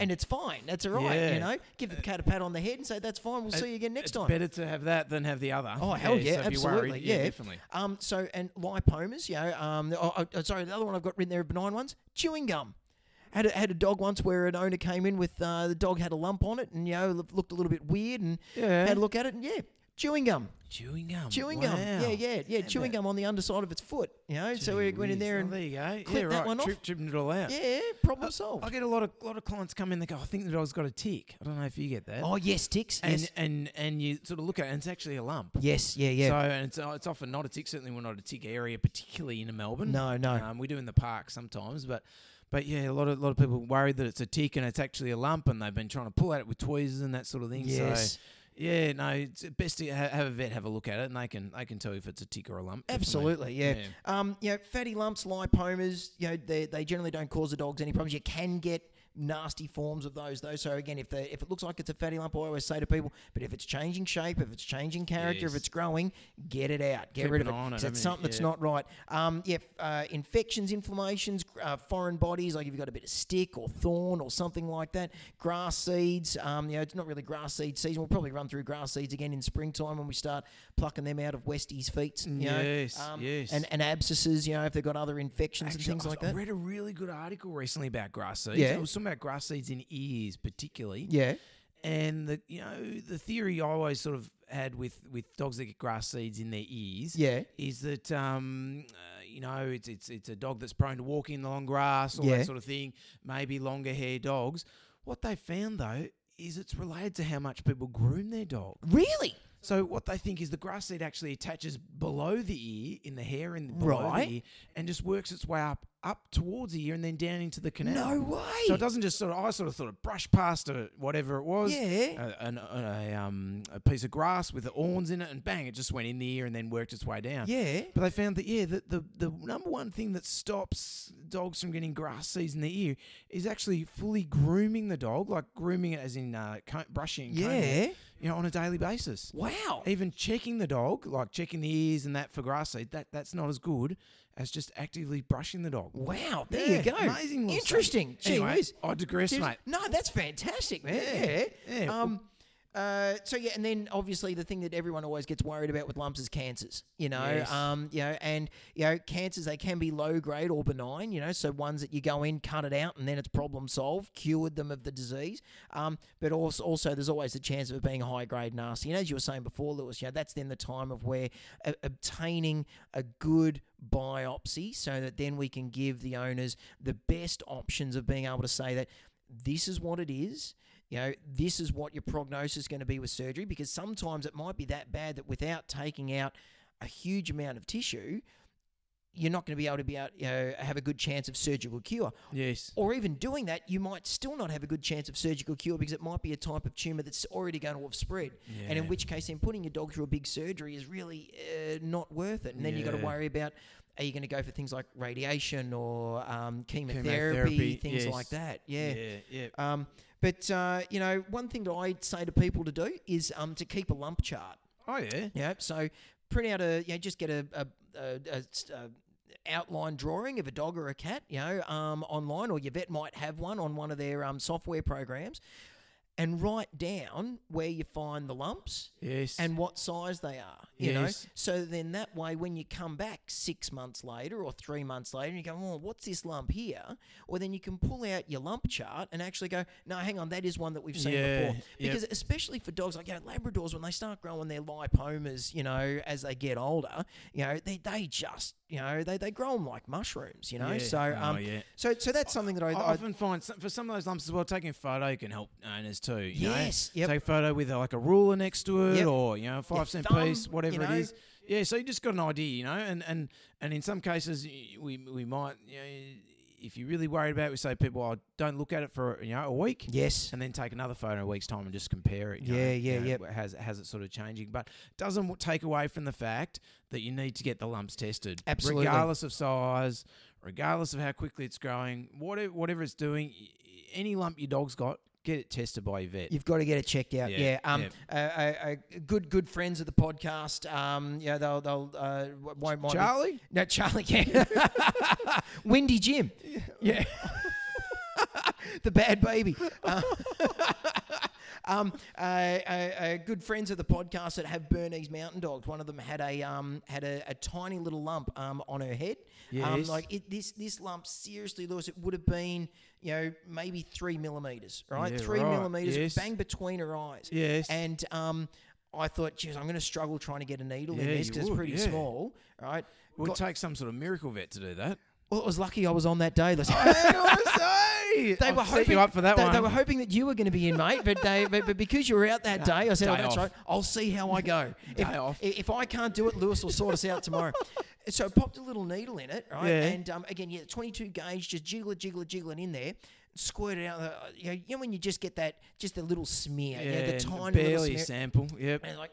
and it's fine. That's all right.
Oh. Yeah.
You know, give the cat a pat on the head and say that's fine. We'll see you again next
Uh,
time."
It's better to have that than have the other.
Oh hell yeah,
so if you're
absolutely,
worried,
yeah.
definitely.
Um, so and lipomas, you know. Um, the- oh, oh, sorry, the other one I've got written there, are benign ones, chewing gum. Had a, had a dog once where an owner came in with uh, the dog had a lump on it and you know lo- looked a little bit weird and
Yeah.
had a look at it and yeah, chewing gum,
Chewing gum.
chewing
wow.
gum, yeah, yeah, yeah,
Damn
chewing
that.
gum on the underside of its foot, you know. so we went in
Jeez.
there
Oh,
and
there you go. yeah.
clipped that
Right.
one off.
Trip, tripping it all out.
yeah, problem
I
solved.
get a lot of lot of clients come in. They go, I think the dog's got a tick. I don't know if you get that.
Oh yes, ticks.
and
yes,
and and you sort of look at it, and it's actually a lump.
yes, yeah, yeah.
So and it's, uh, it's often not a tick. Certainly, we're not a tick area, particularly in Melbourne.
No, no.
Um, we do in the park sometimes, but but yeah, a lot of lot of people worried that it's a tick and it's actually a lump, and they've been trying to pull at it with tweezers and that sort of thing.
Yes.
So, yeah, no, it's best to ha- have a vet have a look at it, and they can they can tell you if it's a tick or a lump. definitely.
Absolutely, yeah.
Yeah.
Um, you know, fatty lumps, lipomas, you know, they, they generally don't cause the dogs any problems. You can get nasty forms of those though. So again, if they, if it looks like it's a fatty lump, I always say to people, but if it's changing shape, if it's changing character,
Yes.
if it's growing, get it out, get
Keep
rid
an
of it.
eye on it,
'cause
I
it's
mean,
something that's
yeah.
not right. Um, yeah, uh, infections, inflammations, gr- uh, foreign bodies, like if you've got a bit of stick or thorn or something like that. Grass seeds, um, you know, it's not really grass seed season. We'll probably run through grass seeds again in springtime when we start plucking them out of Westie's feet. You know, Um,
Yes, yes.
And, and abscesses, you know, if they've got other infections
Actually,
and things
I-
like
I
that.
read a really good article recently about grass seeds.
Yeah.
It was talking about grass seeds in ears, particularly.
yeah.
And the you know the theory I always sort of had with with dogs that get grass seeds in their ears,
Yeah.
is that um uh, you know it's it's it's a dog that's prone to walking in the long grass, all
Yeah.
that sort of thing. Maybe longer hair dogs. What they found though is it's related to how much people groom their dog.
Really?
So what they think is the grass seed actually attaches below the ear in the hair in below
Right.
the ear and just works its way up up towards the ear and then down into the canal.
No way.
So it doesn't just sort of. I sort of thought it brushed past a, whatever it was,
Yeah.
a, an, a, um, a piece of grass with the awns in it, and bang, it just went in the ear and then worked its way down.
yeah.
But they found that yeah, that the the number one thing that stops dogs from getting grass seeds in their ear is actually fully grooming the dog, like grooming it as in uh, co- brushing, and combing it,
Yeah.
you know, on a daily basis.
Wow.
Even checking the dog, like checking the ears and that for grass seed, that that's not as good as just actively brushing the dog.
Wow. There
Yeah,
you go.
Amazing. little
Interesting.
stuff.
Gee
Anyway,
whiz.
I digress,
Seriously?
mate.
No, that's fantastic, man.
Yeah,
Yeah.
yeah.
Um, uh, so yeah, and then obviously the thing that everyone always gets worried about with lumps is cancers. You know,
Yes.
um, you know, and you know, cancers they can be low grade or benign. You know, so ones that you go in, cut it out, and then it's problem solved, cured them of the disease. Um, but also, also there's always the chance of it being high grade nasty. And as you were saying before, Lewis, you know, that's then the time of where uh, obtaining a good biopsy so that then we can give the owners the best options of being able to say that this is what it is. You know, this is what your prognosis is going to be with surgery because sometimes it might be that bad that without taking out a huge amount of tissue, you're not going to be able to be out, you know, have a good chance of surgical cure.
Yes.
Or even doing that, you might still not have a good chance of surgical cure because it might be a type of tumor that's already going to have spread. And in
Yeah.
which case, then putting your dog through a big surgery is really uh, not worth it. And then you've got to
Yeah.
worry about are you going to go for things like radiation or um, chemotherapy,
Chemotherapy,
things
yes.
like that.
Yeah. yeah.
Um, but uh, you know, one thing that I say to people to do is um, to keep a lump chart.
Oh yeah.
Yeah, so print out a you know just get a, a, a, a s- a outline drawing of a dog or a cat. You know, um, online or your vet might have one on one of their um, software programs, and write down where you find the lumps.
Yes.
And what size they are, you
Yes.
know. So then that way, when you come back six months later or three months later, and you go, "Oh, what's this lump here?" Well, then you can pull out your lump chart and actually go, "No, hang on, that is one that we've seen
Yeah,
before."
yep.
Because especially for dogs like you know, Labradors, when they start growing their lipomas, you know, as they get older, you know, they, they just, you know, they, they grow them like mushrooms, you know.
Yeah.
So
Oh,
um,
yeah.
so so that's something that I,
I
I
often find some, for some of those lumps as well, taking a photo can help owners too. You
Yes,
know?
yep.
take a photo with uh, like a ruler next to it,
Yep.
or you know, a five cent
thumb,
piece,
you
whatever
know.
it is. Yeah, so you just got an idea, you know, and and and in some cases y- we we might, you know, if you're really worried about, it, we say people, oh, don't look at it for you know a week.
yes,
And then take another photo in a week's time and just compare it. you know,
Yeah, yeah,
you know,
yep.
Has has it sort of changing, but doesn't w- take away from the fact that you need to get the lumps tested,
Absolutely.
regardless of size, regardless of how quickly it's growing, whatever whatever it's doing. y- Any lump your dog's got, get it tested by your vet.
You've got to get it checked out. Yeah.
Yeah,
Um.
yeah.
Uh, uh, uh, good. Good friends of the podcast. Um. Yeah. They'll. They'll. Uh, w- won't mind. me-
Charlie?
No, Charlie. Yeah. [laughs] Windy Jim.
[laughs]
Yeah. the bad baby. [laughs] Uh, um, uh, uh, uh, good friends of the podcast that have Bernese mountain dogs. One of them had a um, had a, a tiny little lump um, on her head. Um,
Yes.
like it, this this lump seriously, Lewis, it would have been you know maybe three millimeters, right?
Yeah,
three
right.
millimeters,
Yes.
bang between her eyes.
Yes.
And um, I thought, geez, I'm going to struggle trying to get a needle in
Yeah,
this
you
because it's
would,
pretty
yeah.
small, right?
Well,
Got-
take some sort of miracle vet to do [laughs] that.
well, I was lucky I was on that day. Listen.
[laughs] they
They were hoping
you up for that
they,
one.
They were hoping that you were going to be in, mate. But they, but, but because you were out
[laughs]
that day, I said, "Oh,
day
that's
off.
right. I'll see how I go.
[laughs]
if,
Day off.
if I can't do it, Lewis will sort us out tomorrow." So I popped a little needle in it, right?
Yeah.
And um, again, yeah, 22 gauge, just jiggle it, jiggle it, jiggle it in there. Squirt it out. uh, You know, you know when you just get that, just the little smear, you know, the tiny little
barely
smear.
sample. Yep.
And like,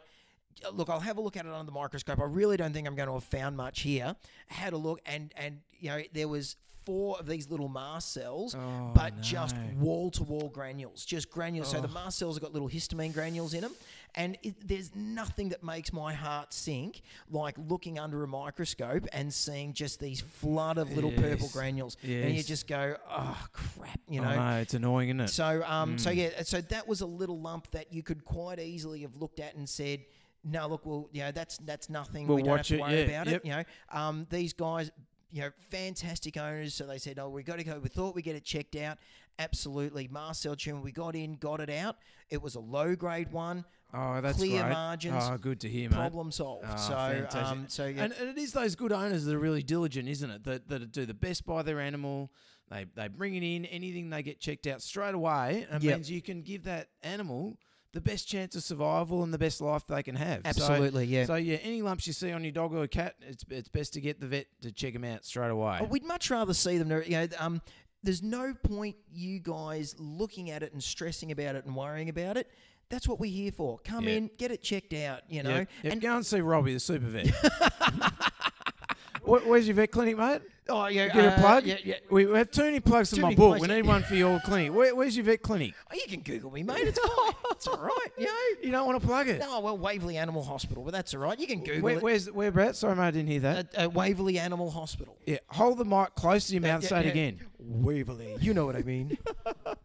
look, I'll have a look at it under the microscope. I really don't think I'm going to have found much here. Had a look, and and you know there was four of these little mast cells,
Oh,
but just
no.
wall to wall granules, just granules. So the mast cells have got little histamine granules in them, and it, there's nothing that makes my heart sink like looking under a microscope and seeing just these flood of little purple
Yes.
granules, and you
Yes.
just go, oh crap, you
You
know.
know, it's annoying, isn't it?
So, um,
Mm.
so yeah, so that was a little lump that you could quite easily have looked at and said, "No, look, well, you know, that's that's nothing.
We'll
we don't
watch
have
it,
to worry
yeah,
about
yep.
it." You know, um, these guys, you know, fantastic owners. So they said, "Oh, we got to go. We thought we get it checked out." Absolutely, Marcel tumor. We got in, got it out. It was a low grade one.
oh, that's
clear
great.
margins,
Oh, good to hear, mate.
Problem solved.
Ah,
so,
fantastic.
um, so yeah.
and, and it is those good owners that are really diligent, isn't it? That that do the best by their animal. They they bring it in, anything they get checked out straight away, and it
Yep.
means you can give that animal the best chance of survival and the best life they can have. So-
Absolutely, yeah.
So yeah, any lumps you see on your dog or cat, it's it's best to get the vet to check them out straight away.
But we'd much rather see them. You know, um, there's no point you guys looking at it and stressing about it and worrying about it. That's what we're here for. Come
Yeah.
in, get it checked out. You know,
Yep, yep.
and
go and see Robbie, the super vet.
[laughs]
Where- Where's your vet clinic, mate?
oh yeah,
Get a
uh,
plug.
Yeah, yeah.
We we have too many plugs in
Too
my
many
book.
plugs,
We
yeah.
need one for your clinic. Where, where's your vet clinic?
Oh, you can Google me, mate. It's
[laughs]
fine. it's [laughs] all right. You know.
You don't want to plug it.
No, well, Waverley Animal Hospital, but that's all right. You can Google
Where,
it.
where's where, Brett? Sorry, mate, I didn't hear that.
Uh, uh, Waverley Animal Hospital.
yeah, hold the mic close to your
uh,
mouth.
yeah,
say it
yeah.
again.
Waverley, you know what I mean.
[laughs] All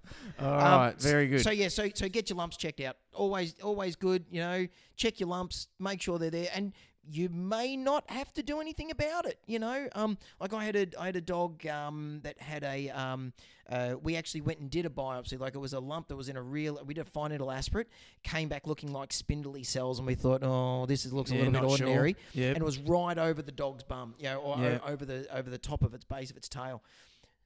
right,
Um,
very good.
So yeah, so so get your lumps checked out. Always always good, you know. Check your lumps, make sure they're there, and you may not have to do anything about it. You know, um, like I had a I had a dog um, that had a um, uh, we actually went and did a biopsy. Like it was a lump that was in a real. We did a fine needle aspirate, came back looking like spindly cells, and we thought, oh, this is, looks a
Yeah,
little bit
not sure.
ordinary.
Yep.
And it was right over the dog's bum, you know, or o-
Yeah.
over the over the top of its base of its tail.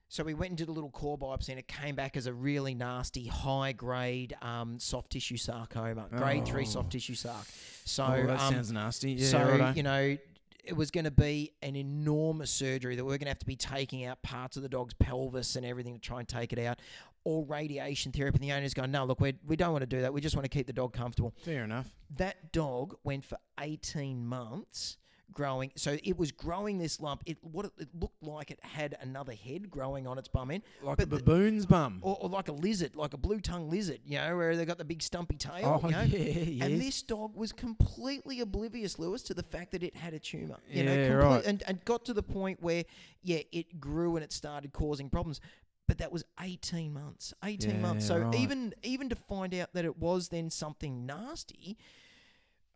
So we went and did a little core biopsy, and it came back as a really nasty, high-grade um, soft tissue sarcoma, grade three
Oh.
soft tissue sarc. So,
oh, that
um,
sounds nasty. Yeah,
so
righto.
you know, it was going to be an enormous surgery that we're going to have to be taking out parts of the dog's pelvis and everything to try and take it out, or radiation therapy. And the owner's going, no, look, we, we don't want to do that. We just want to keep the dog comfortable.
Fair enough.
That dog went for 18 months growing. So it was growing this lump. It what it, it looked like it had another head growing on its bum end,
Like
but
a
the-
baboon's bum.
or, or like a lizard, like a blue tongue lizard, you know, where they got the big stumpy tail.
Oh,
you know?
yeah,
And
yes.
this dog was completely oblivious, Lewis, to the fact that it had a tumor. You know,
Yeah,
complete-
right.
and, and got to the point where, yeah, it grew and it started causing problems. But that was 18 months. 18 months.
Yeah,
So
right.
even even to find out that it was then something nasty,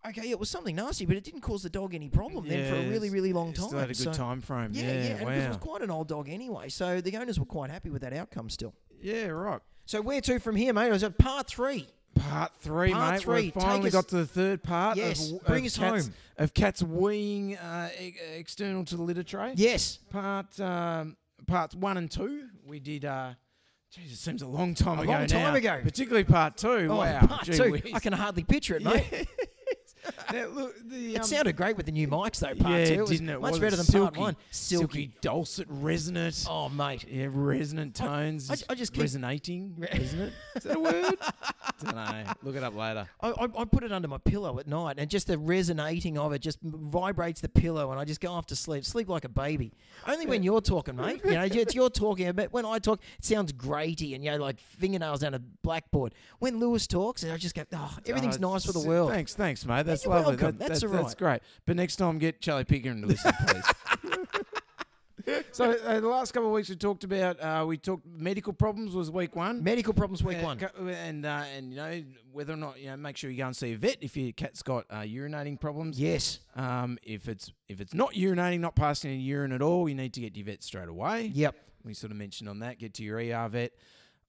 okay, it was something nasty, but it didn't cause the dog any problem then for a
Yeah,
really,
it's-
really long time.
Still had a good
So-
time frame.
Yeah,
Yeah,
yeah. and because it was
wow.
quite an old dog anyway. So the owners were quite happy with that outcome still.
yeah, right.
So where to from here, mate? It was at part
[laughs]
three.
Part three,
Part
mate.
three,
we
take
finally
us-
got to the third part.
Yes,
of,
bring
of
us
cats,
home.
Of cats weeing uh, e- external to the litter tray.
Yes.
Part um, parts one and two. We did. Uh, geez, it seems a long time
A
ago.
long time
now.
ago.
Particularly part two.
Oh,
wow.
part
Gee
two.
whiz.
I can hardly picture it, mate.
Yeah. Now, look, the,
It
um,
sounded great with the new mics, though. Part
yeah,
two was
didn't it?
much
Was
better
it
than
silky,
part one.
Silky, dulcet, resonant.
Oh, mate.
Yeah, resonant tones.
I-
is
I just keep-
resonating, isn't it?
[laughs]
Is that a word? Don't know. Look it up later.
I, I, I put it under my pillow at night, and just the resonating of it just vibrates the pillow, and I just go off to sleep, sleep like a baby. Only when you're talking, mate. You know, it's you're talking, but when I talk, it sounds grating, and you know, like fingernails down a blackboard. When Lewis talks, I just go, oh, everything's
Oh,
nice for the
s-
world.
Thanks, thanks, mate. That's
you're
lovely.
welcome.
That-
That's all
That's
right.
great. But next time, get Charlie Pickering to listen, please.
[laughs]
so uh, the last couple of weeks we talked about uh, we talked medical problems was week one.
Medical problems week
Uh,
one.
co- and uh, and you know whether or not you know make sure you go and see a vet if your cat's got uh, urinating problems.
Yes.
Um, if it's if it's not urinating, not passing any urine at all, you need to get to your vet straight away.
Yep.
We sort of mentioned on that. Get to your ER vet.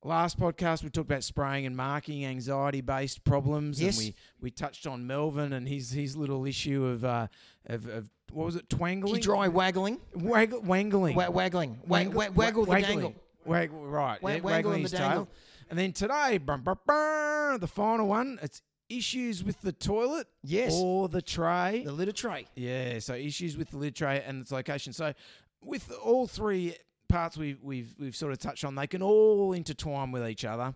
Last podcast we talked about spraying and marking, anxiety based problems.
Yes.
And we, we touched on Melvin and his his little issue of uh of, of what was it, twangling?
Dry waggling.
Waggle, wangling.
Wa- waggling. Wa- wa- waggle the
waggling.
dangle.
Waggle, right.
Wa-
yeah,
waggle
waggling
and
his
the dangle.
tail. And then today, brum, brum, brum, the final one, it's issues with the toilet
Yes.
or the tray.
The litter tray.
Yeah, so issues with the lid tray and its location. So, with all three parts we've we've we've sort of touched on, they can all intertwine with each other.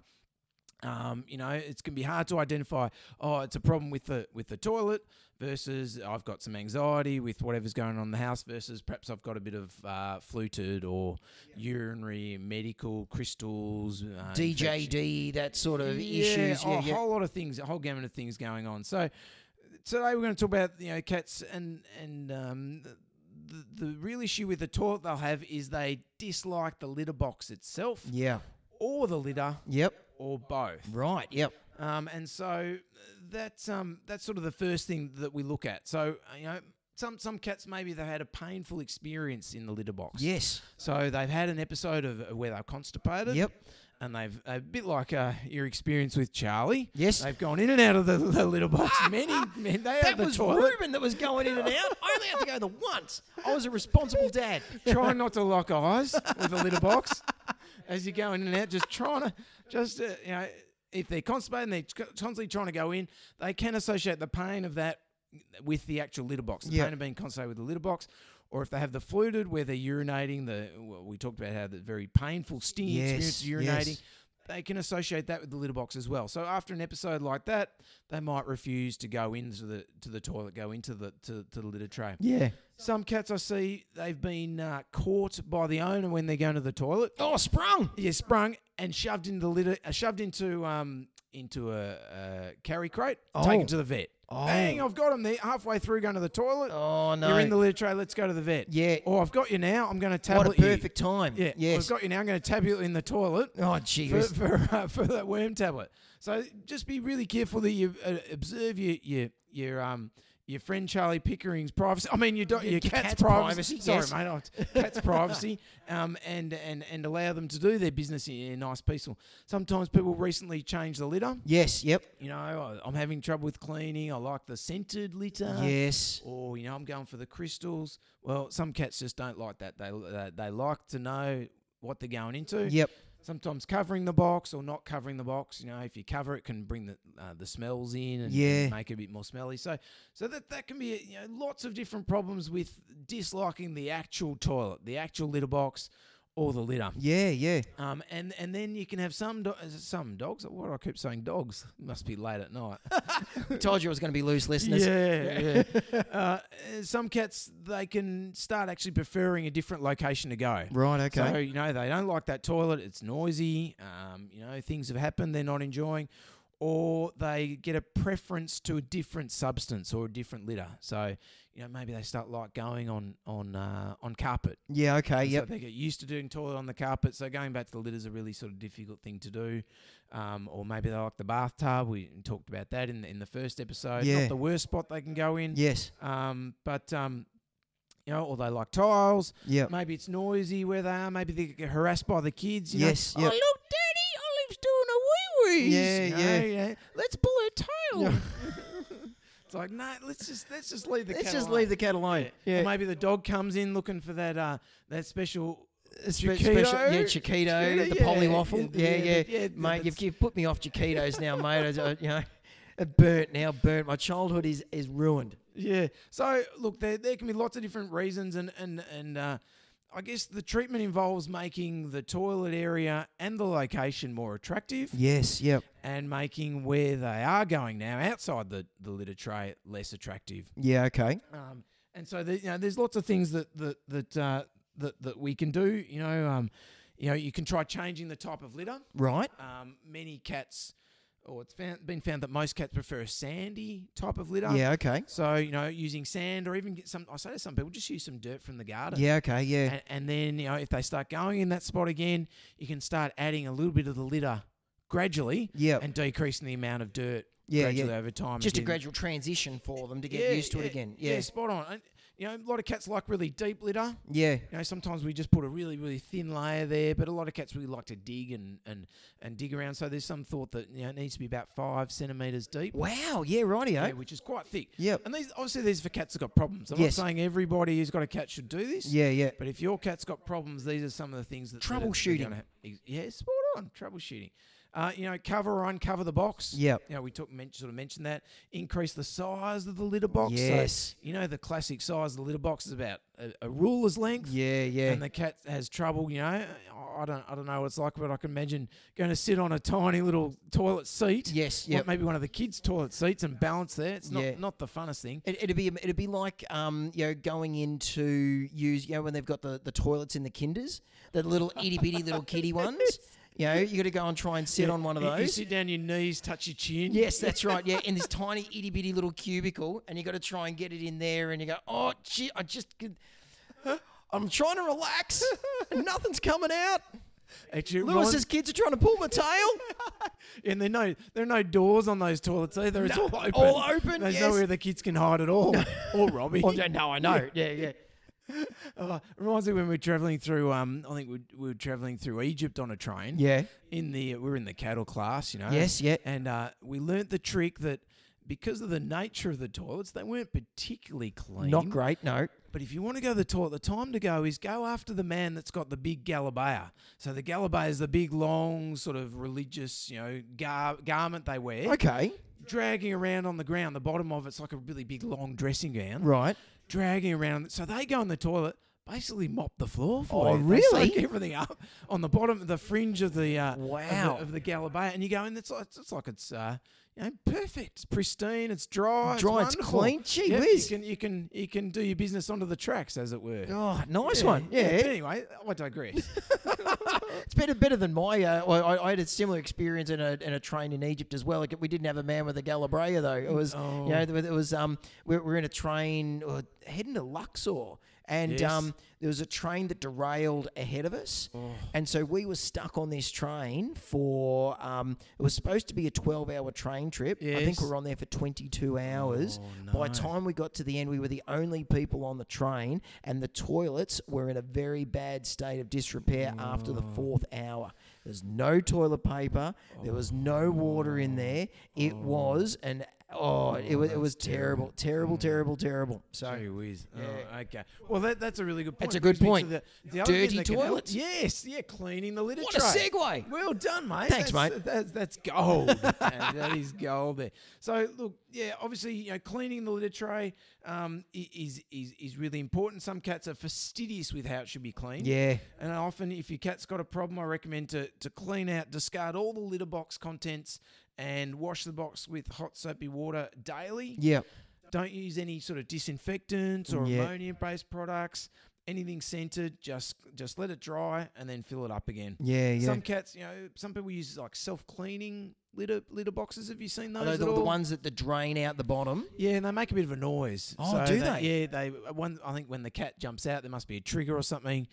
Um, you know, it's gonna be hard to identify. Oh, it's a problem with the with the toilet versus I've got some anxiety with whatever's going on in the house versus perhaps I've got a bit of uh, fluted or urinary medical crystals. Uh, infection.
DJD, that sort of issues.
Oh,
Yeah,
a
yeah.
whole lot of things, a whole gamut of things going on. So today we're going to talk about you know cats and and um, the, the real issue with the toilet they'll have is they dislike the litter box itself
yeah.
or the litter
Yep.
or both.
Right. Yep.
Um, and so that's um, that's sort of the first thing that we look at. So uh, you know. Some, some cats maybe they've had a painful experience in the litter box.
Yes.
So they've had an episode of where they're constipated.
Yep.
And they've a bit like uh, your experience with Charlie.
Yes.
They've gone in and out of the, the little box
[laughs]
many. men, they had
That
the
was
toilet.
Ruben that was going in and out. I only had to go the once. I was a responsible dad.
trying not to lock eyes with the litter box as you're going in and out. Just trying to, just uh, you know, if they're constipated and they're c- constantly trying to go in, they can associate the pain of that with the actual litter box. The
Yeah.
pain of being constipated with the litter box, or if they have the fluted where they're urinating, the well, we talked about how the very painful stinging
Yes,
experience of urinating.
yes.
They can associate that with the litter box as well. So after an episode like that, they might refuse to go into the to the toilet, go into the to, to the litter tray.
Yeah.
Some cats I see, they've been uh, caught by the owner when they're going to the toilet.
Oh, sprung.
Yeah, sprung and shoved into the litter, uh, shoved into um into a, a carry crate,
Oh.
taken to the vet.
Oh.
Bang! I've got him there halfway through going to the toilet.
Oh no.
You're in the litter tray. Let's go to the vet.
Yeah.
Oh, I've got you now. I'm going to
what a
tablet
perfect time.
you. Yeah.
Yes.
I've got you now. I'm going to tablet you in the toilet
oh,
for
jeez.
for, [laughs] uh, for that worm tablet. So just be really careful that you uh, observe your your your um your friend Charlie Pickering's privacy. I mean your do- your, cat's,
cat's
privacy.
privacy,
Sorry,
yes.
mate. I was- cat's privacy. Um, and and and allow them to do their business in a nice peaceful. Sometimes people recently change the litter.
Yes. Yep.
You know, I- I'm having trouble with cleaning. I like the scented litter.
Ah. Yes.
Or you know, I'm going for the crystals. Well, some cats just don't like that. They they, they like to know what they're going into.
Yep.
sometimes covering the box or not covering the box. You know, if you cover it, can bring the uh, the smells in and
Yeah.
make it a bit more smelly. So, so that that can be you know, lots of different problems with disliking the actual toilet, the actual litter box, or the litter.
Yeah, yeah.
Um, and and then you can have some do- is it some dogs. What do I keep saying dogs [laughs] must be late at night.
Told you it was going to be loose, listeners.
[laughs] Yeah, yeah. [laughs] uh, some cats they can start actually preferring a different location to go.
Right, okay.
So you know they don't like that toilet. It's noisy. Um, you know things have happened. They're not enjoying, or they get a preference to a different substance or a different litter. So you know maybe they start like going on on uh, on carpet.
yeah, okay,
And
Uh, yep.
So they get used to doing toilet on the carpet. So going back to the litter is a really sort of difficult thing to do. Um, or maybe they like the bathtub. We talked about that in the, in the first episode.
Yeah.
Not the worst spot they can go in.
yes,
Um, but um, you know, or they like tiles.
yep.
Maybe it's noisy where they are. Maybe they get harassed by the kids. You
Yes,
Know?
yep.
Oh look, Daddy, Olive's doing a wee wee.
Yeah, yeah.
Let's pull her tail.
Yeah.
[laughs] it's like no, let's just let's just leave the
Let's
cat
just
alone.
leave the cat alone.
Or maybe the dog comes in looking for that uh, that special
Spe-
Chiquito?
special- yeah, Chiquito,
Chiquito,
the
yeah,
Polly waffle.
yeah,
Yeah, yeah,
yeah, yeah,
mate. You've,
that's-
you've put me off Chiquitos now, mate. I, I- you know, it burnt now, burnt. My childhood is is ruined.
Yeah. So look, there there can be lots of different reasons, and and and uh, I guess the treatment involves making the toilet area and the location more attractive,
Yes, yep,
and making where they are going now outside the the litter tray less attractive.
yeah, okay,
Um, and so the, you know, there's lots of things that that that uh, that that we can do. You know, um, you know, you can try changing the type of litter.
right,
Um, many cats, or it's found, been found that most cats prefer a sandy type of litter.
yeah, okay,
So you know, using sand or even get some. I say to some people, just use some dirt from the garden.
yeah, okay, yeah,
And, and then you know, if they start going in that spot again, you can start adding a little bit of the litter gradually.
Yep.
And decreasing the amount of dirt.
Yeah, yeah.
gradually over time.
just a
again.
gradual transition for them to get
Yeah,
used to it
yeah,
again.
Yeah.
Yeah,
Spot on. And, you know, a lot of cats like really deep litter.
yeah,
You know, sometimes we just put a really, really thin layer there, but a lot of cats really like to dig and, and, and dig around. So there's some thought that you know it needs to be about five centimeters deep.
wow, yeah, rightio.
Yeah, which is quite thick.
Yep.
And these obviously these are for cats that got problems. I'm
Yes.
not saying everybody who's got a cat should do this.
Yeah, yeah.
But if your cat's got problems, these are some of the things that that are- that are
Troubleshooting.
gonna hap- ex- Yeah, spot on. Troubleshooting. Uh, you know, cover or uncover the box.
Yep.
You know, we took men- sort of mentioned that. Increase the size of the litter box. So,
Yes.
you know, the classic size of the litter box is about a, a ruler's length
Yeah, yeah.
and the cat has trouble. You know, I- I don't, I don't know what it's like, but I can imagine going to sit on a tiny little toilet seat.
Yes,
Well,
yep.
maybe one of the kids' toilet seats and balance there. It's not,
Yeah.
not the funnest thing.
It, it'd be it'd be like um you know going into use you know when they've got the, the toilets in the kinders the little itty bitty little [laughs] kitty ones you know you got to go and try and sit on one of
You- You
those
sit down, your knees touch your chin.
yes that's right yeah in this tiny itty bitty little cubicle and you got to try and get it in there and you go oh gee I just could, I'm trying to [laughs] relax and nothing's coming out
Actually, it
Lewis's
reminds-
kids are trying to pull my [laughs] tail
and there are no, there are no doors on those toilets either. It's
No,
all open.
all open,
There's
yes.
nowhere the kids can hide at all. [laughs] or
[laughs]
Robbie.
oh, no I know yeah yeah
Uh, reminds me when we were traveling through. Um, I think we, we were traveling through Egypt on a train.
Yeah.
In the we were in the cattle class, you know.
Yes, yeah.
And uh, we learnt the trick that because of the nature of the toilets, they weren't particularly clean.
not great no
But if you want to go to the toilet, the time to go is go after the man that's got the big galabaya. So the galabaya is the big, long, sort of religious, you know, gar- garment they wear.
okay
Dragging around on the ground, the bottom of it's like a really big, long dressing gown
right
dragging around. So they go in the toilet, basically mop the floor for
Oh,
you. They
really?
soak everything up on the bottom, the fringe of the uh,
Wow.
of the, of the Galabaya, and you go in. It's like it's, it's like it's uh, you know perfect. It's pristine. It's dry.
Dry, it's
wonderful.
clean. Gee
Yep,
whiz.
You can you can you can do your business onto the tracks, as it were.
oh nice one
But
yeah.
anyway, I digress.
It's better better than my. Uh, well, I, I had a similar experience in a, in a train in Egypt as well. Like, we didn't have a man with a Galabrea though. It was you
Oh.
know it was um we we were in a train uh, heading to Luxor and
Yes.
um there was a train that derailed ahead of us
Oh.
and so we were stuck on this train for um it was supposed to be a 12 hour train trip i think
Yes.
we were on there for 22 hours
Oh,
by the time we got to the end we were the only people on the train and the toilets were in a very bad state of disrepair after the fourth hour there's no toilet paper there was no water in there it was an Oh, it was it was
Oh. that's Hmm.
terrible, terrible, terrible, terrible. So
Gee whiz.
Yeah.
Oh, okay. Well, that, that's a really good point.
That's a
It
good
brings me to
point.
the, the other thing
Dirty
that can help-
toilets.
Yes. Yeah. Cleaning the litter
What a
tray.
segue.
Well done, mate.
Thanks,
that's,
mate.
That's, that's gold. [laughs] man. that is gold there. So look, yeah, obviously, you know, cleaning the litter tray um, i- is is is really important. Some cats are fastidious with how it should be cleaned.
yeah,
And often, if your cat's got a problem, I recommend to, to clean out, discard all the litter box contents, and wash the box with hot soapy water daily.
yeah,
Don't use any sort of disinfectants or
Yeah.
ammonia-based products. Anything scented, just just let it dry and then fill it up again.
yeah, yeah.
Some cats, you know, some people use like self-cleaning litter litter boxes. Have you seen those?
Are those
at
the, the
all?
ones that the drain out the bottom?
Yeah, and they make a bit of a noise.
Oh, do they?
Yeah, they uh, one. I think when the cat jumps out, there must be a trigger or something,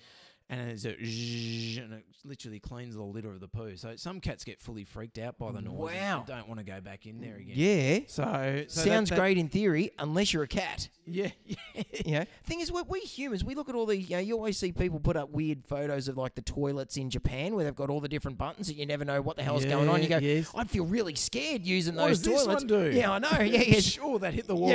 and it's a zzzz, and it literally cleans the litter of the poo. So some cats get fully freaked out by the noise. and
Wow.
don't want to go back in there again.
Yeah,
So, so that-
sounds
that-
great in theory, unless you're a cat.
Yeah, [laughs] yeah.
You know, thing is, we, we humans, we look at all these. You know, you always see people put up weird photos of like the toilets in Japan where they've got all the different buttons that you never know what the hell's going on. You go,
Yeah, yes.
I'd feel really scared using
What
those
does this
toilets.
one do?
Yeah, I know. [laughs] Yeah, yeah.
[laughs] Sure, that hit the wall.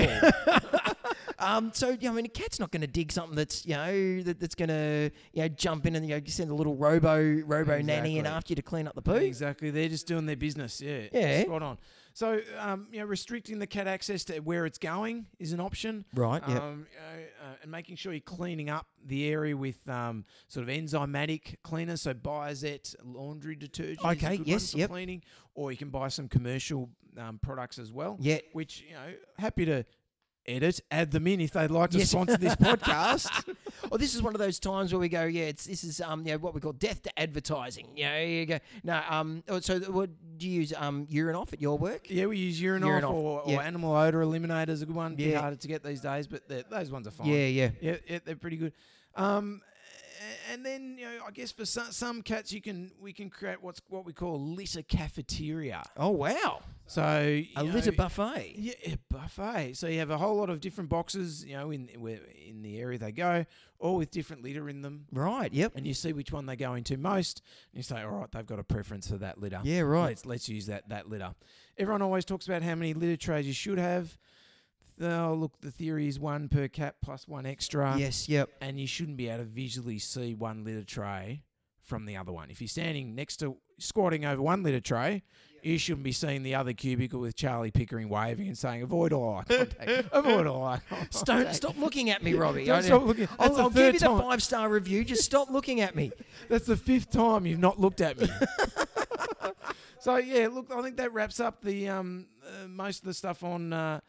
Um, so yeah, I mean, a cat's not going to dig something that's you know that, that's going to you know jump in and you know send a little robo robo nanny in
Exactly.
after you to clean up the poo.
[laughs] Exactly. They're just doing their business. Yeah.
Yeah.
Spot on. So, um, you know, restricting the cat access to where it's going is an option.
Right, yep.
Um, uh, uh, and making sure you're cleaning up the area with um, sort of enzymatic cleaners. So, Biozet laundry detergent. is a
Okay,
good one
yes,
for
yep.
Cleaning. Or you can buy some commercial um, products as well.
Yeah.
Which, you know, happy to edit, add them in if they'd like to
Yes. [laughs]
sponsor this podcast.
Or Oh, this is one of those times where we go, yeah, it's this is um you know, what we call death to advertising. You know, you go no um oh, so what do you use um urine off at your work?
Yeah, we use urine,
Urine
off,
off,
or,
yeah.
or animal odor eliminator is a good one. Bit
Yeah.
harder to get these days, but they're- those ones are fine.
Yeah, yeah.
yeah, yeah, they're pretty good. Um, a- and then you know, I guess for some, some cats, you can we can create what's what we call a litter cafeteria.
Oh wow,
So
a
you know,
litter buffet.
yeah, a buffet. So you have a whole lot of different boxes, you know, in where in the area they go, all with different litter in them.
Right. Yep.
And you see which one they go into most, and you say, "All right, they've got a preference for that litter."
Yeah, right.
Let's let's use that that litter. Everyone always talks about how many litter trays you should have. Oh, look, the theory is one per cat plus one extra
Yes. Yep.
and you shouldn't be able to visually see one litter tray from the other one. If you're standing next to squatting over one litter tray, you shouldn't be seeing the other cubicle with Charlie Pickering waving and saying, "Avoid
[laughs]
all eye contact. Avoid all eye
[laughs]
contact."
Don't stop looking at
[laughs]
me, Robbie.
Don't
I-
stop looking.
[laughs]
That's
I'll,
the
I'll give
third
you the
time.
five star review. Just stop looking at
[laughs]
me.
That's the fifth time you've not looked at me. [laughs] so yeah, look, I think that wraps up the um, uh, most of the stuff on uh,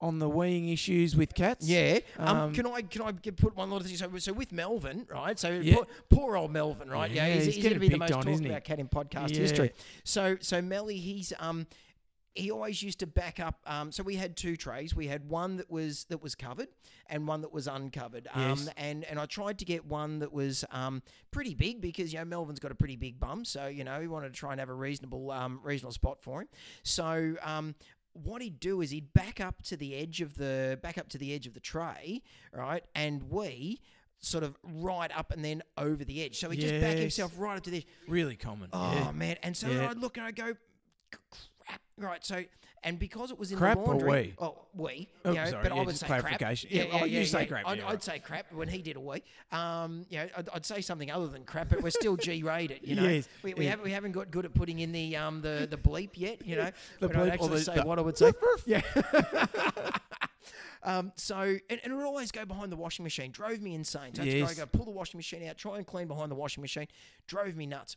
on the weeing issues with cats.
Yeah. Um,
Um,
can I can I get- put one little thing? So, so with Melvin, right? So
Yeah.
poor, poor old Melvin, right? Yeah,
Yeah,
he's,
he's
he's, going to
getting
be the
picked
most
on,
talked
isn't he?
about cat in podcast
Yeah.
history. So so Melly, he's um. He always used to back up. Um, so we had two trays. We had one that was that was covered, and one that was uncovered. Um,
Yes.
And and I tried to get one that was um, pretty big because you know Melvin's got a pretty big bum, so you know he wanted to try and have a reasonable um, reasonable spot for him. So um, what he'd do is he'd back up to the edge of the back up to the edge of the tray, right? And we sort of right up and then over the edge. So he'd just back
Yes.
himself right up to the edge.
really common.
Oh
yeah.
man! And so
Yeah.
I'd look and I'd go, crap. Right. So and because it was in
Crap
the
or
laundry.
we?
Oh, we.
Oh,
you know,
sorry,
But
yeah,
I would
just
say
clarification.
crap.
Yeah, oh, you say crap,
I'd,
yeah,
I'd
right.
say crap when he did a we. Um, you know, I'd, I'd say something other than crap. But we're still G-rated. You know,
Yes,
we, we
yeah.
haven't we haven't got good at putting in the um the, the bleep yet. You know,
The
When I'd
bleep or
actually
the-
say
[laughs] the
what I would say. yeah. [laughs] Um, so and, and it would always go behind the washing machine. Drove me insane. So yes.
Yes.
I go pull the washing machine out, try and clean behind the washing machine. Drove me nuts.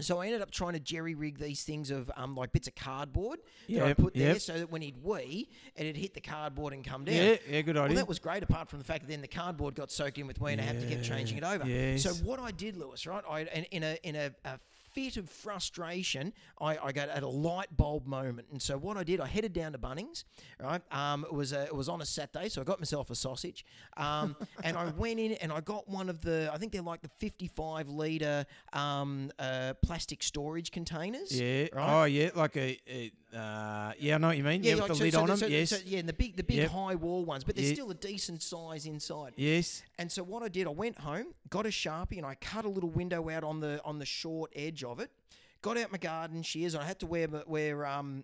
So I ended up trying to jerry rig these things of um, like bits of cardboard that I
Yep,
put there,
yep.
so that when he'd wee, it'd hit the cardboard and come down.
yeah, yeah, good
Well,
idea.
that was great, apart from the fact that then the cardboard got soaked in with wee, and I had to keep changing it over. So
yes.
what I did, Lewis, right? I in, in a in a, a fit of frustration, I, I got at a light bulb moment, and so what I did, I headed down to Bunnings. Right, um, it was a, it was on a Saturday, so I got myself a sausage,
[laughs]
um, and I went in and I got one of the I think they're like the fifty five liter um, uh, plastic storage containers.
Yeah.
right.
Oh, yeah. Like a, a uh, yeah. I know what you mean. Yeah, with
like,
the
so-
lid
so
on
the-
them.
so-
yes.
so, yeah, and the big, the big
Yep.
high wall ones, but there's
Yeah.
still a decent size inside.
yes.
And so what I did, I went home, got a sharpie, and I cut a little window out on the on the short edge of it. Got out my garden shears, and I had to wear my- wear um,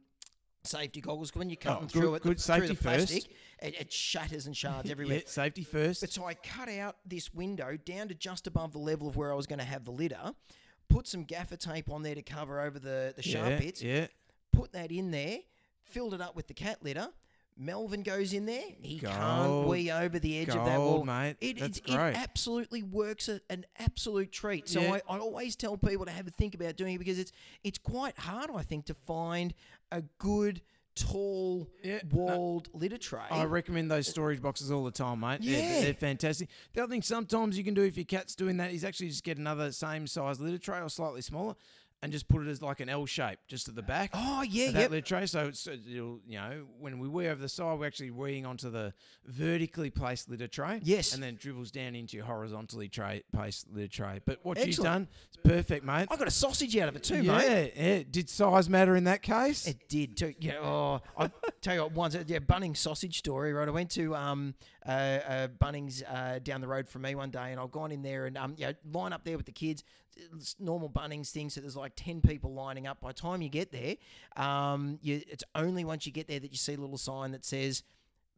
safety goggles when you're cutting
Oh,
through
good-
it.
good
the, through the
safety first.
plastic, It, it shatters and
[laughs]
shards everywhere.
Yeah, safety first.
But so I cut out this window down to just above the level of where I was going to have the litter, put some gaffer tape on there to cover over the, the sharp
yeah,
bits,
Yeah.
put that in there, filled it up with the cat litter. Melvin goes in there. He can't
Gold.
wee over the edge of that wall.
Gold, mate.
It,
That's
it,
great.
it absolutely works a, an absolute treat. So
Yeah.
I, I always tell people to have a think about doing it because it's it's quite hard, I think, to find a good tall
Yeah, no.
walled litter tray.
I recommend those storage boxes all the time, mate. They're-
Yeah.
They're, fantastic. The other thing sometimes you can do if your cat's doing that is actually just get another same size litter tray or slightly smaller and just put it as like an L shape just at the back.
oh yeah,
of that
yep.
litter tray. So it's, it'll, you know, when we wee over the side, we're actually weeing onto the vertically placed litter tray.
Yes.
And then it dribbles down into your horizontally tray, placed litter tray. But what you've
Excellent.
done is perfect, mate.
I got a sausage out of it too,
yeah,
mate.
yeah. Did size matter in that case?
It did too. Yeah. Oh, I tell you what. Once, yeah, Bunnings sausage story. Right. I went to um, uh, uh, Bunnings uh, down the road from me one day, and I've gone in there and um, yeah, line up there with the kids. It's normal Bunnings thing. So there's like ten people lining up. By the time you get there, um, you, it's only once you get there that you see a little sign that says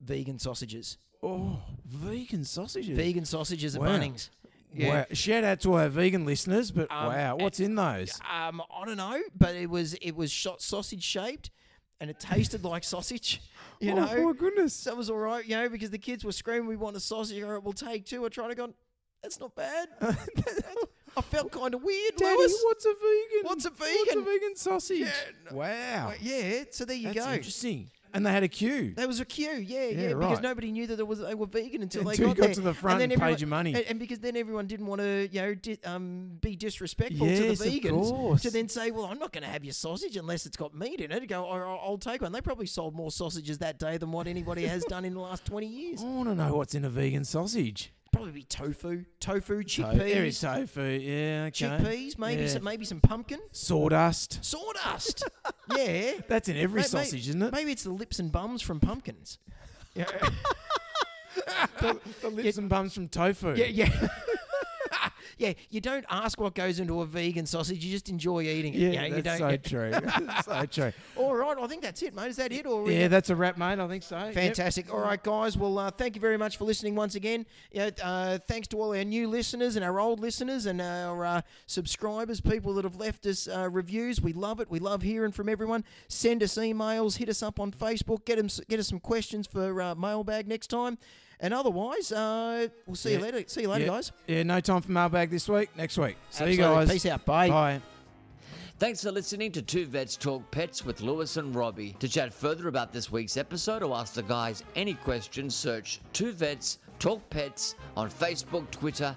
vegan sausages.
oh, vegan sausages.
Vegan sausages at
Wow.
Bunnings. Yeah.
Wow. Shout out to our vegan listeners, but
Um,
wow, what's in those?
Um, I don't know, but it was it was shot sausage shaped, and it tasted like sausage. [laughs] You
Oh,
know.
my goodness.
So it was all right, you know, because the kids were screaming, "We want a sausage!" All right, we'll take two. I tried to go. That's not
[laughs]
bad. I felt kind of weird,
Daddy,
Lewis.
what's a vegan?
What's a
What's a
vegan?
vegan sausage?
Yeah, no-
Wow.
But yeah, so there you
That's
go.
interesting. And they had a queue.
There was a queue, yeah, yeah, because
right.
nobody knew that there was, they were vegan until they
Until you
got,
got
there.
to the front and paid
everyone-
your money.
and, and because then everyone didn't want to, you know, di- um, be disrespectful
Yes,
to
of
the vegans.
course.
To then say, well, I'm not going to have your sausage unless it's got meat in it. Go, "Oh, I'll, I'll take one. They probably sold more sausages that day than what anybody
[laughs]
has done in the last 20 years.
I want to know what's in a vegan sausage.
Probably be tofu, tofu,
To- There
chickpeas,
is tofu. Yeah, okay.
chickpeas, maybe
Yeah.
some, maybe some pumpkin,
sawdust. [laughs]
sawdust. yeah,
That's in every
Mate, mate,
sausage, isn't it?
Maybe it's the lips and bums from pumpkins. Yeah.
the lips and bums from tofu.
Yeah, yeah. [laughs] yeah, you don't ask what goes into a vegan sausage, you just enjoy eating it.
Yeah,
you know, you
that's
don't,
so
yeah.
true.
[laughs]
[laughs] That's so true.
All right, I think that's it, mate. Is that it? Or
Yeah, that's a wrap, mate. I think so. Yep.
Fantastic. All right, guys. Well, uh, thank you very much for listening once again. You know, uh, thanks to all our new listeners and our old listeners and our uh, subscribers, people that have left us uh, reviews. We love it. We love hearing from everyone. Send us emails. Hit us up on Facebook. Get, 'em- get us some questions for uh, mailbag next time. And otherwise, uh, we'll see you
Yeah.
later. See you later,
yeah.
guys.
Yeah, no time for mailbag this week. Next week. See you
Absolutely.
guys.
Peace out. Bye.
Bye.
Thanks for listening to Two Vets Talk Pets with Lewis and Robbie. To chat further about this week's episode or ask the guys any questions, search Two Vets Talk Pets on Facebook, Twitter,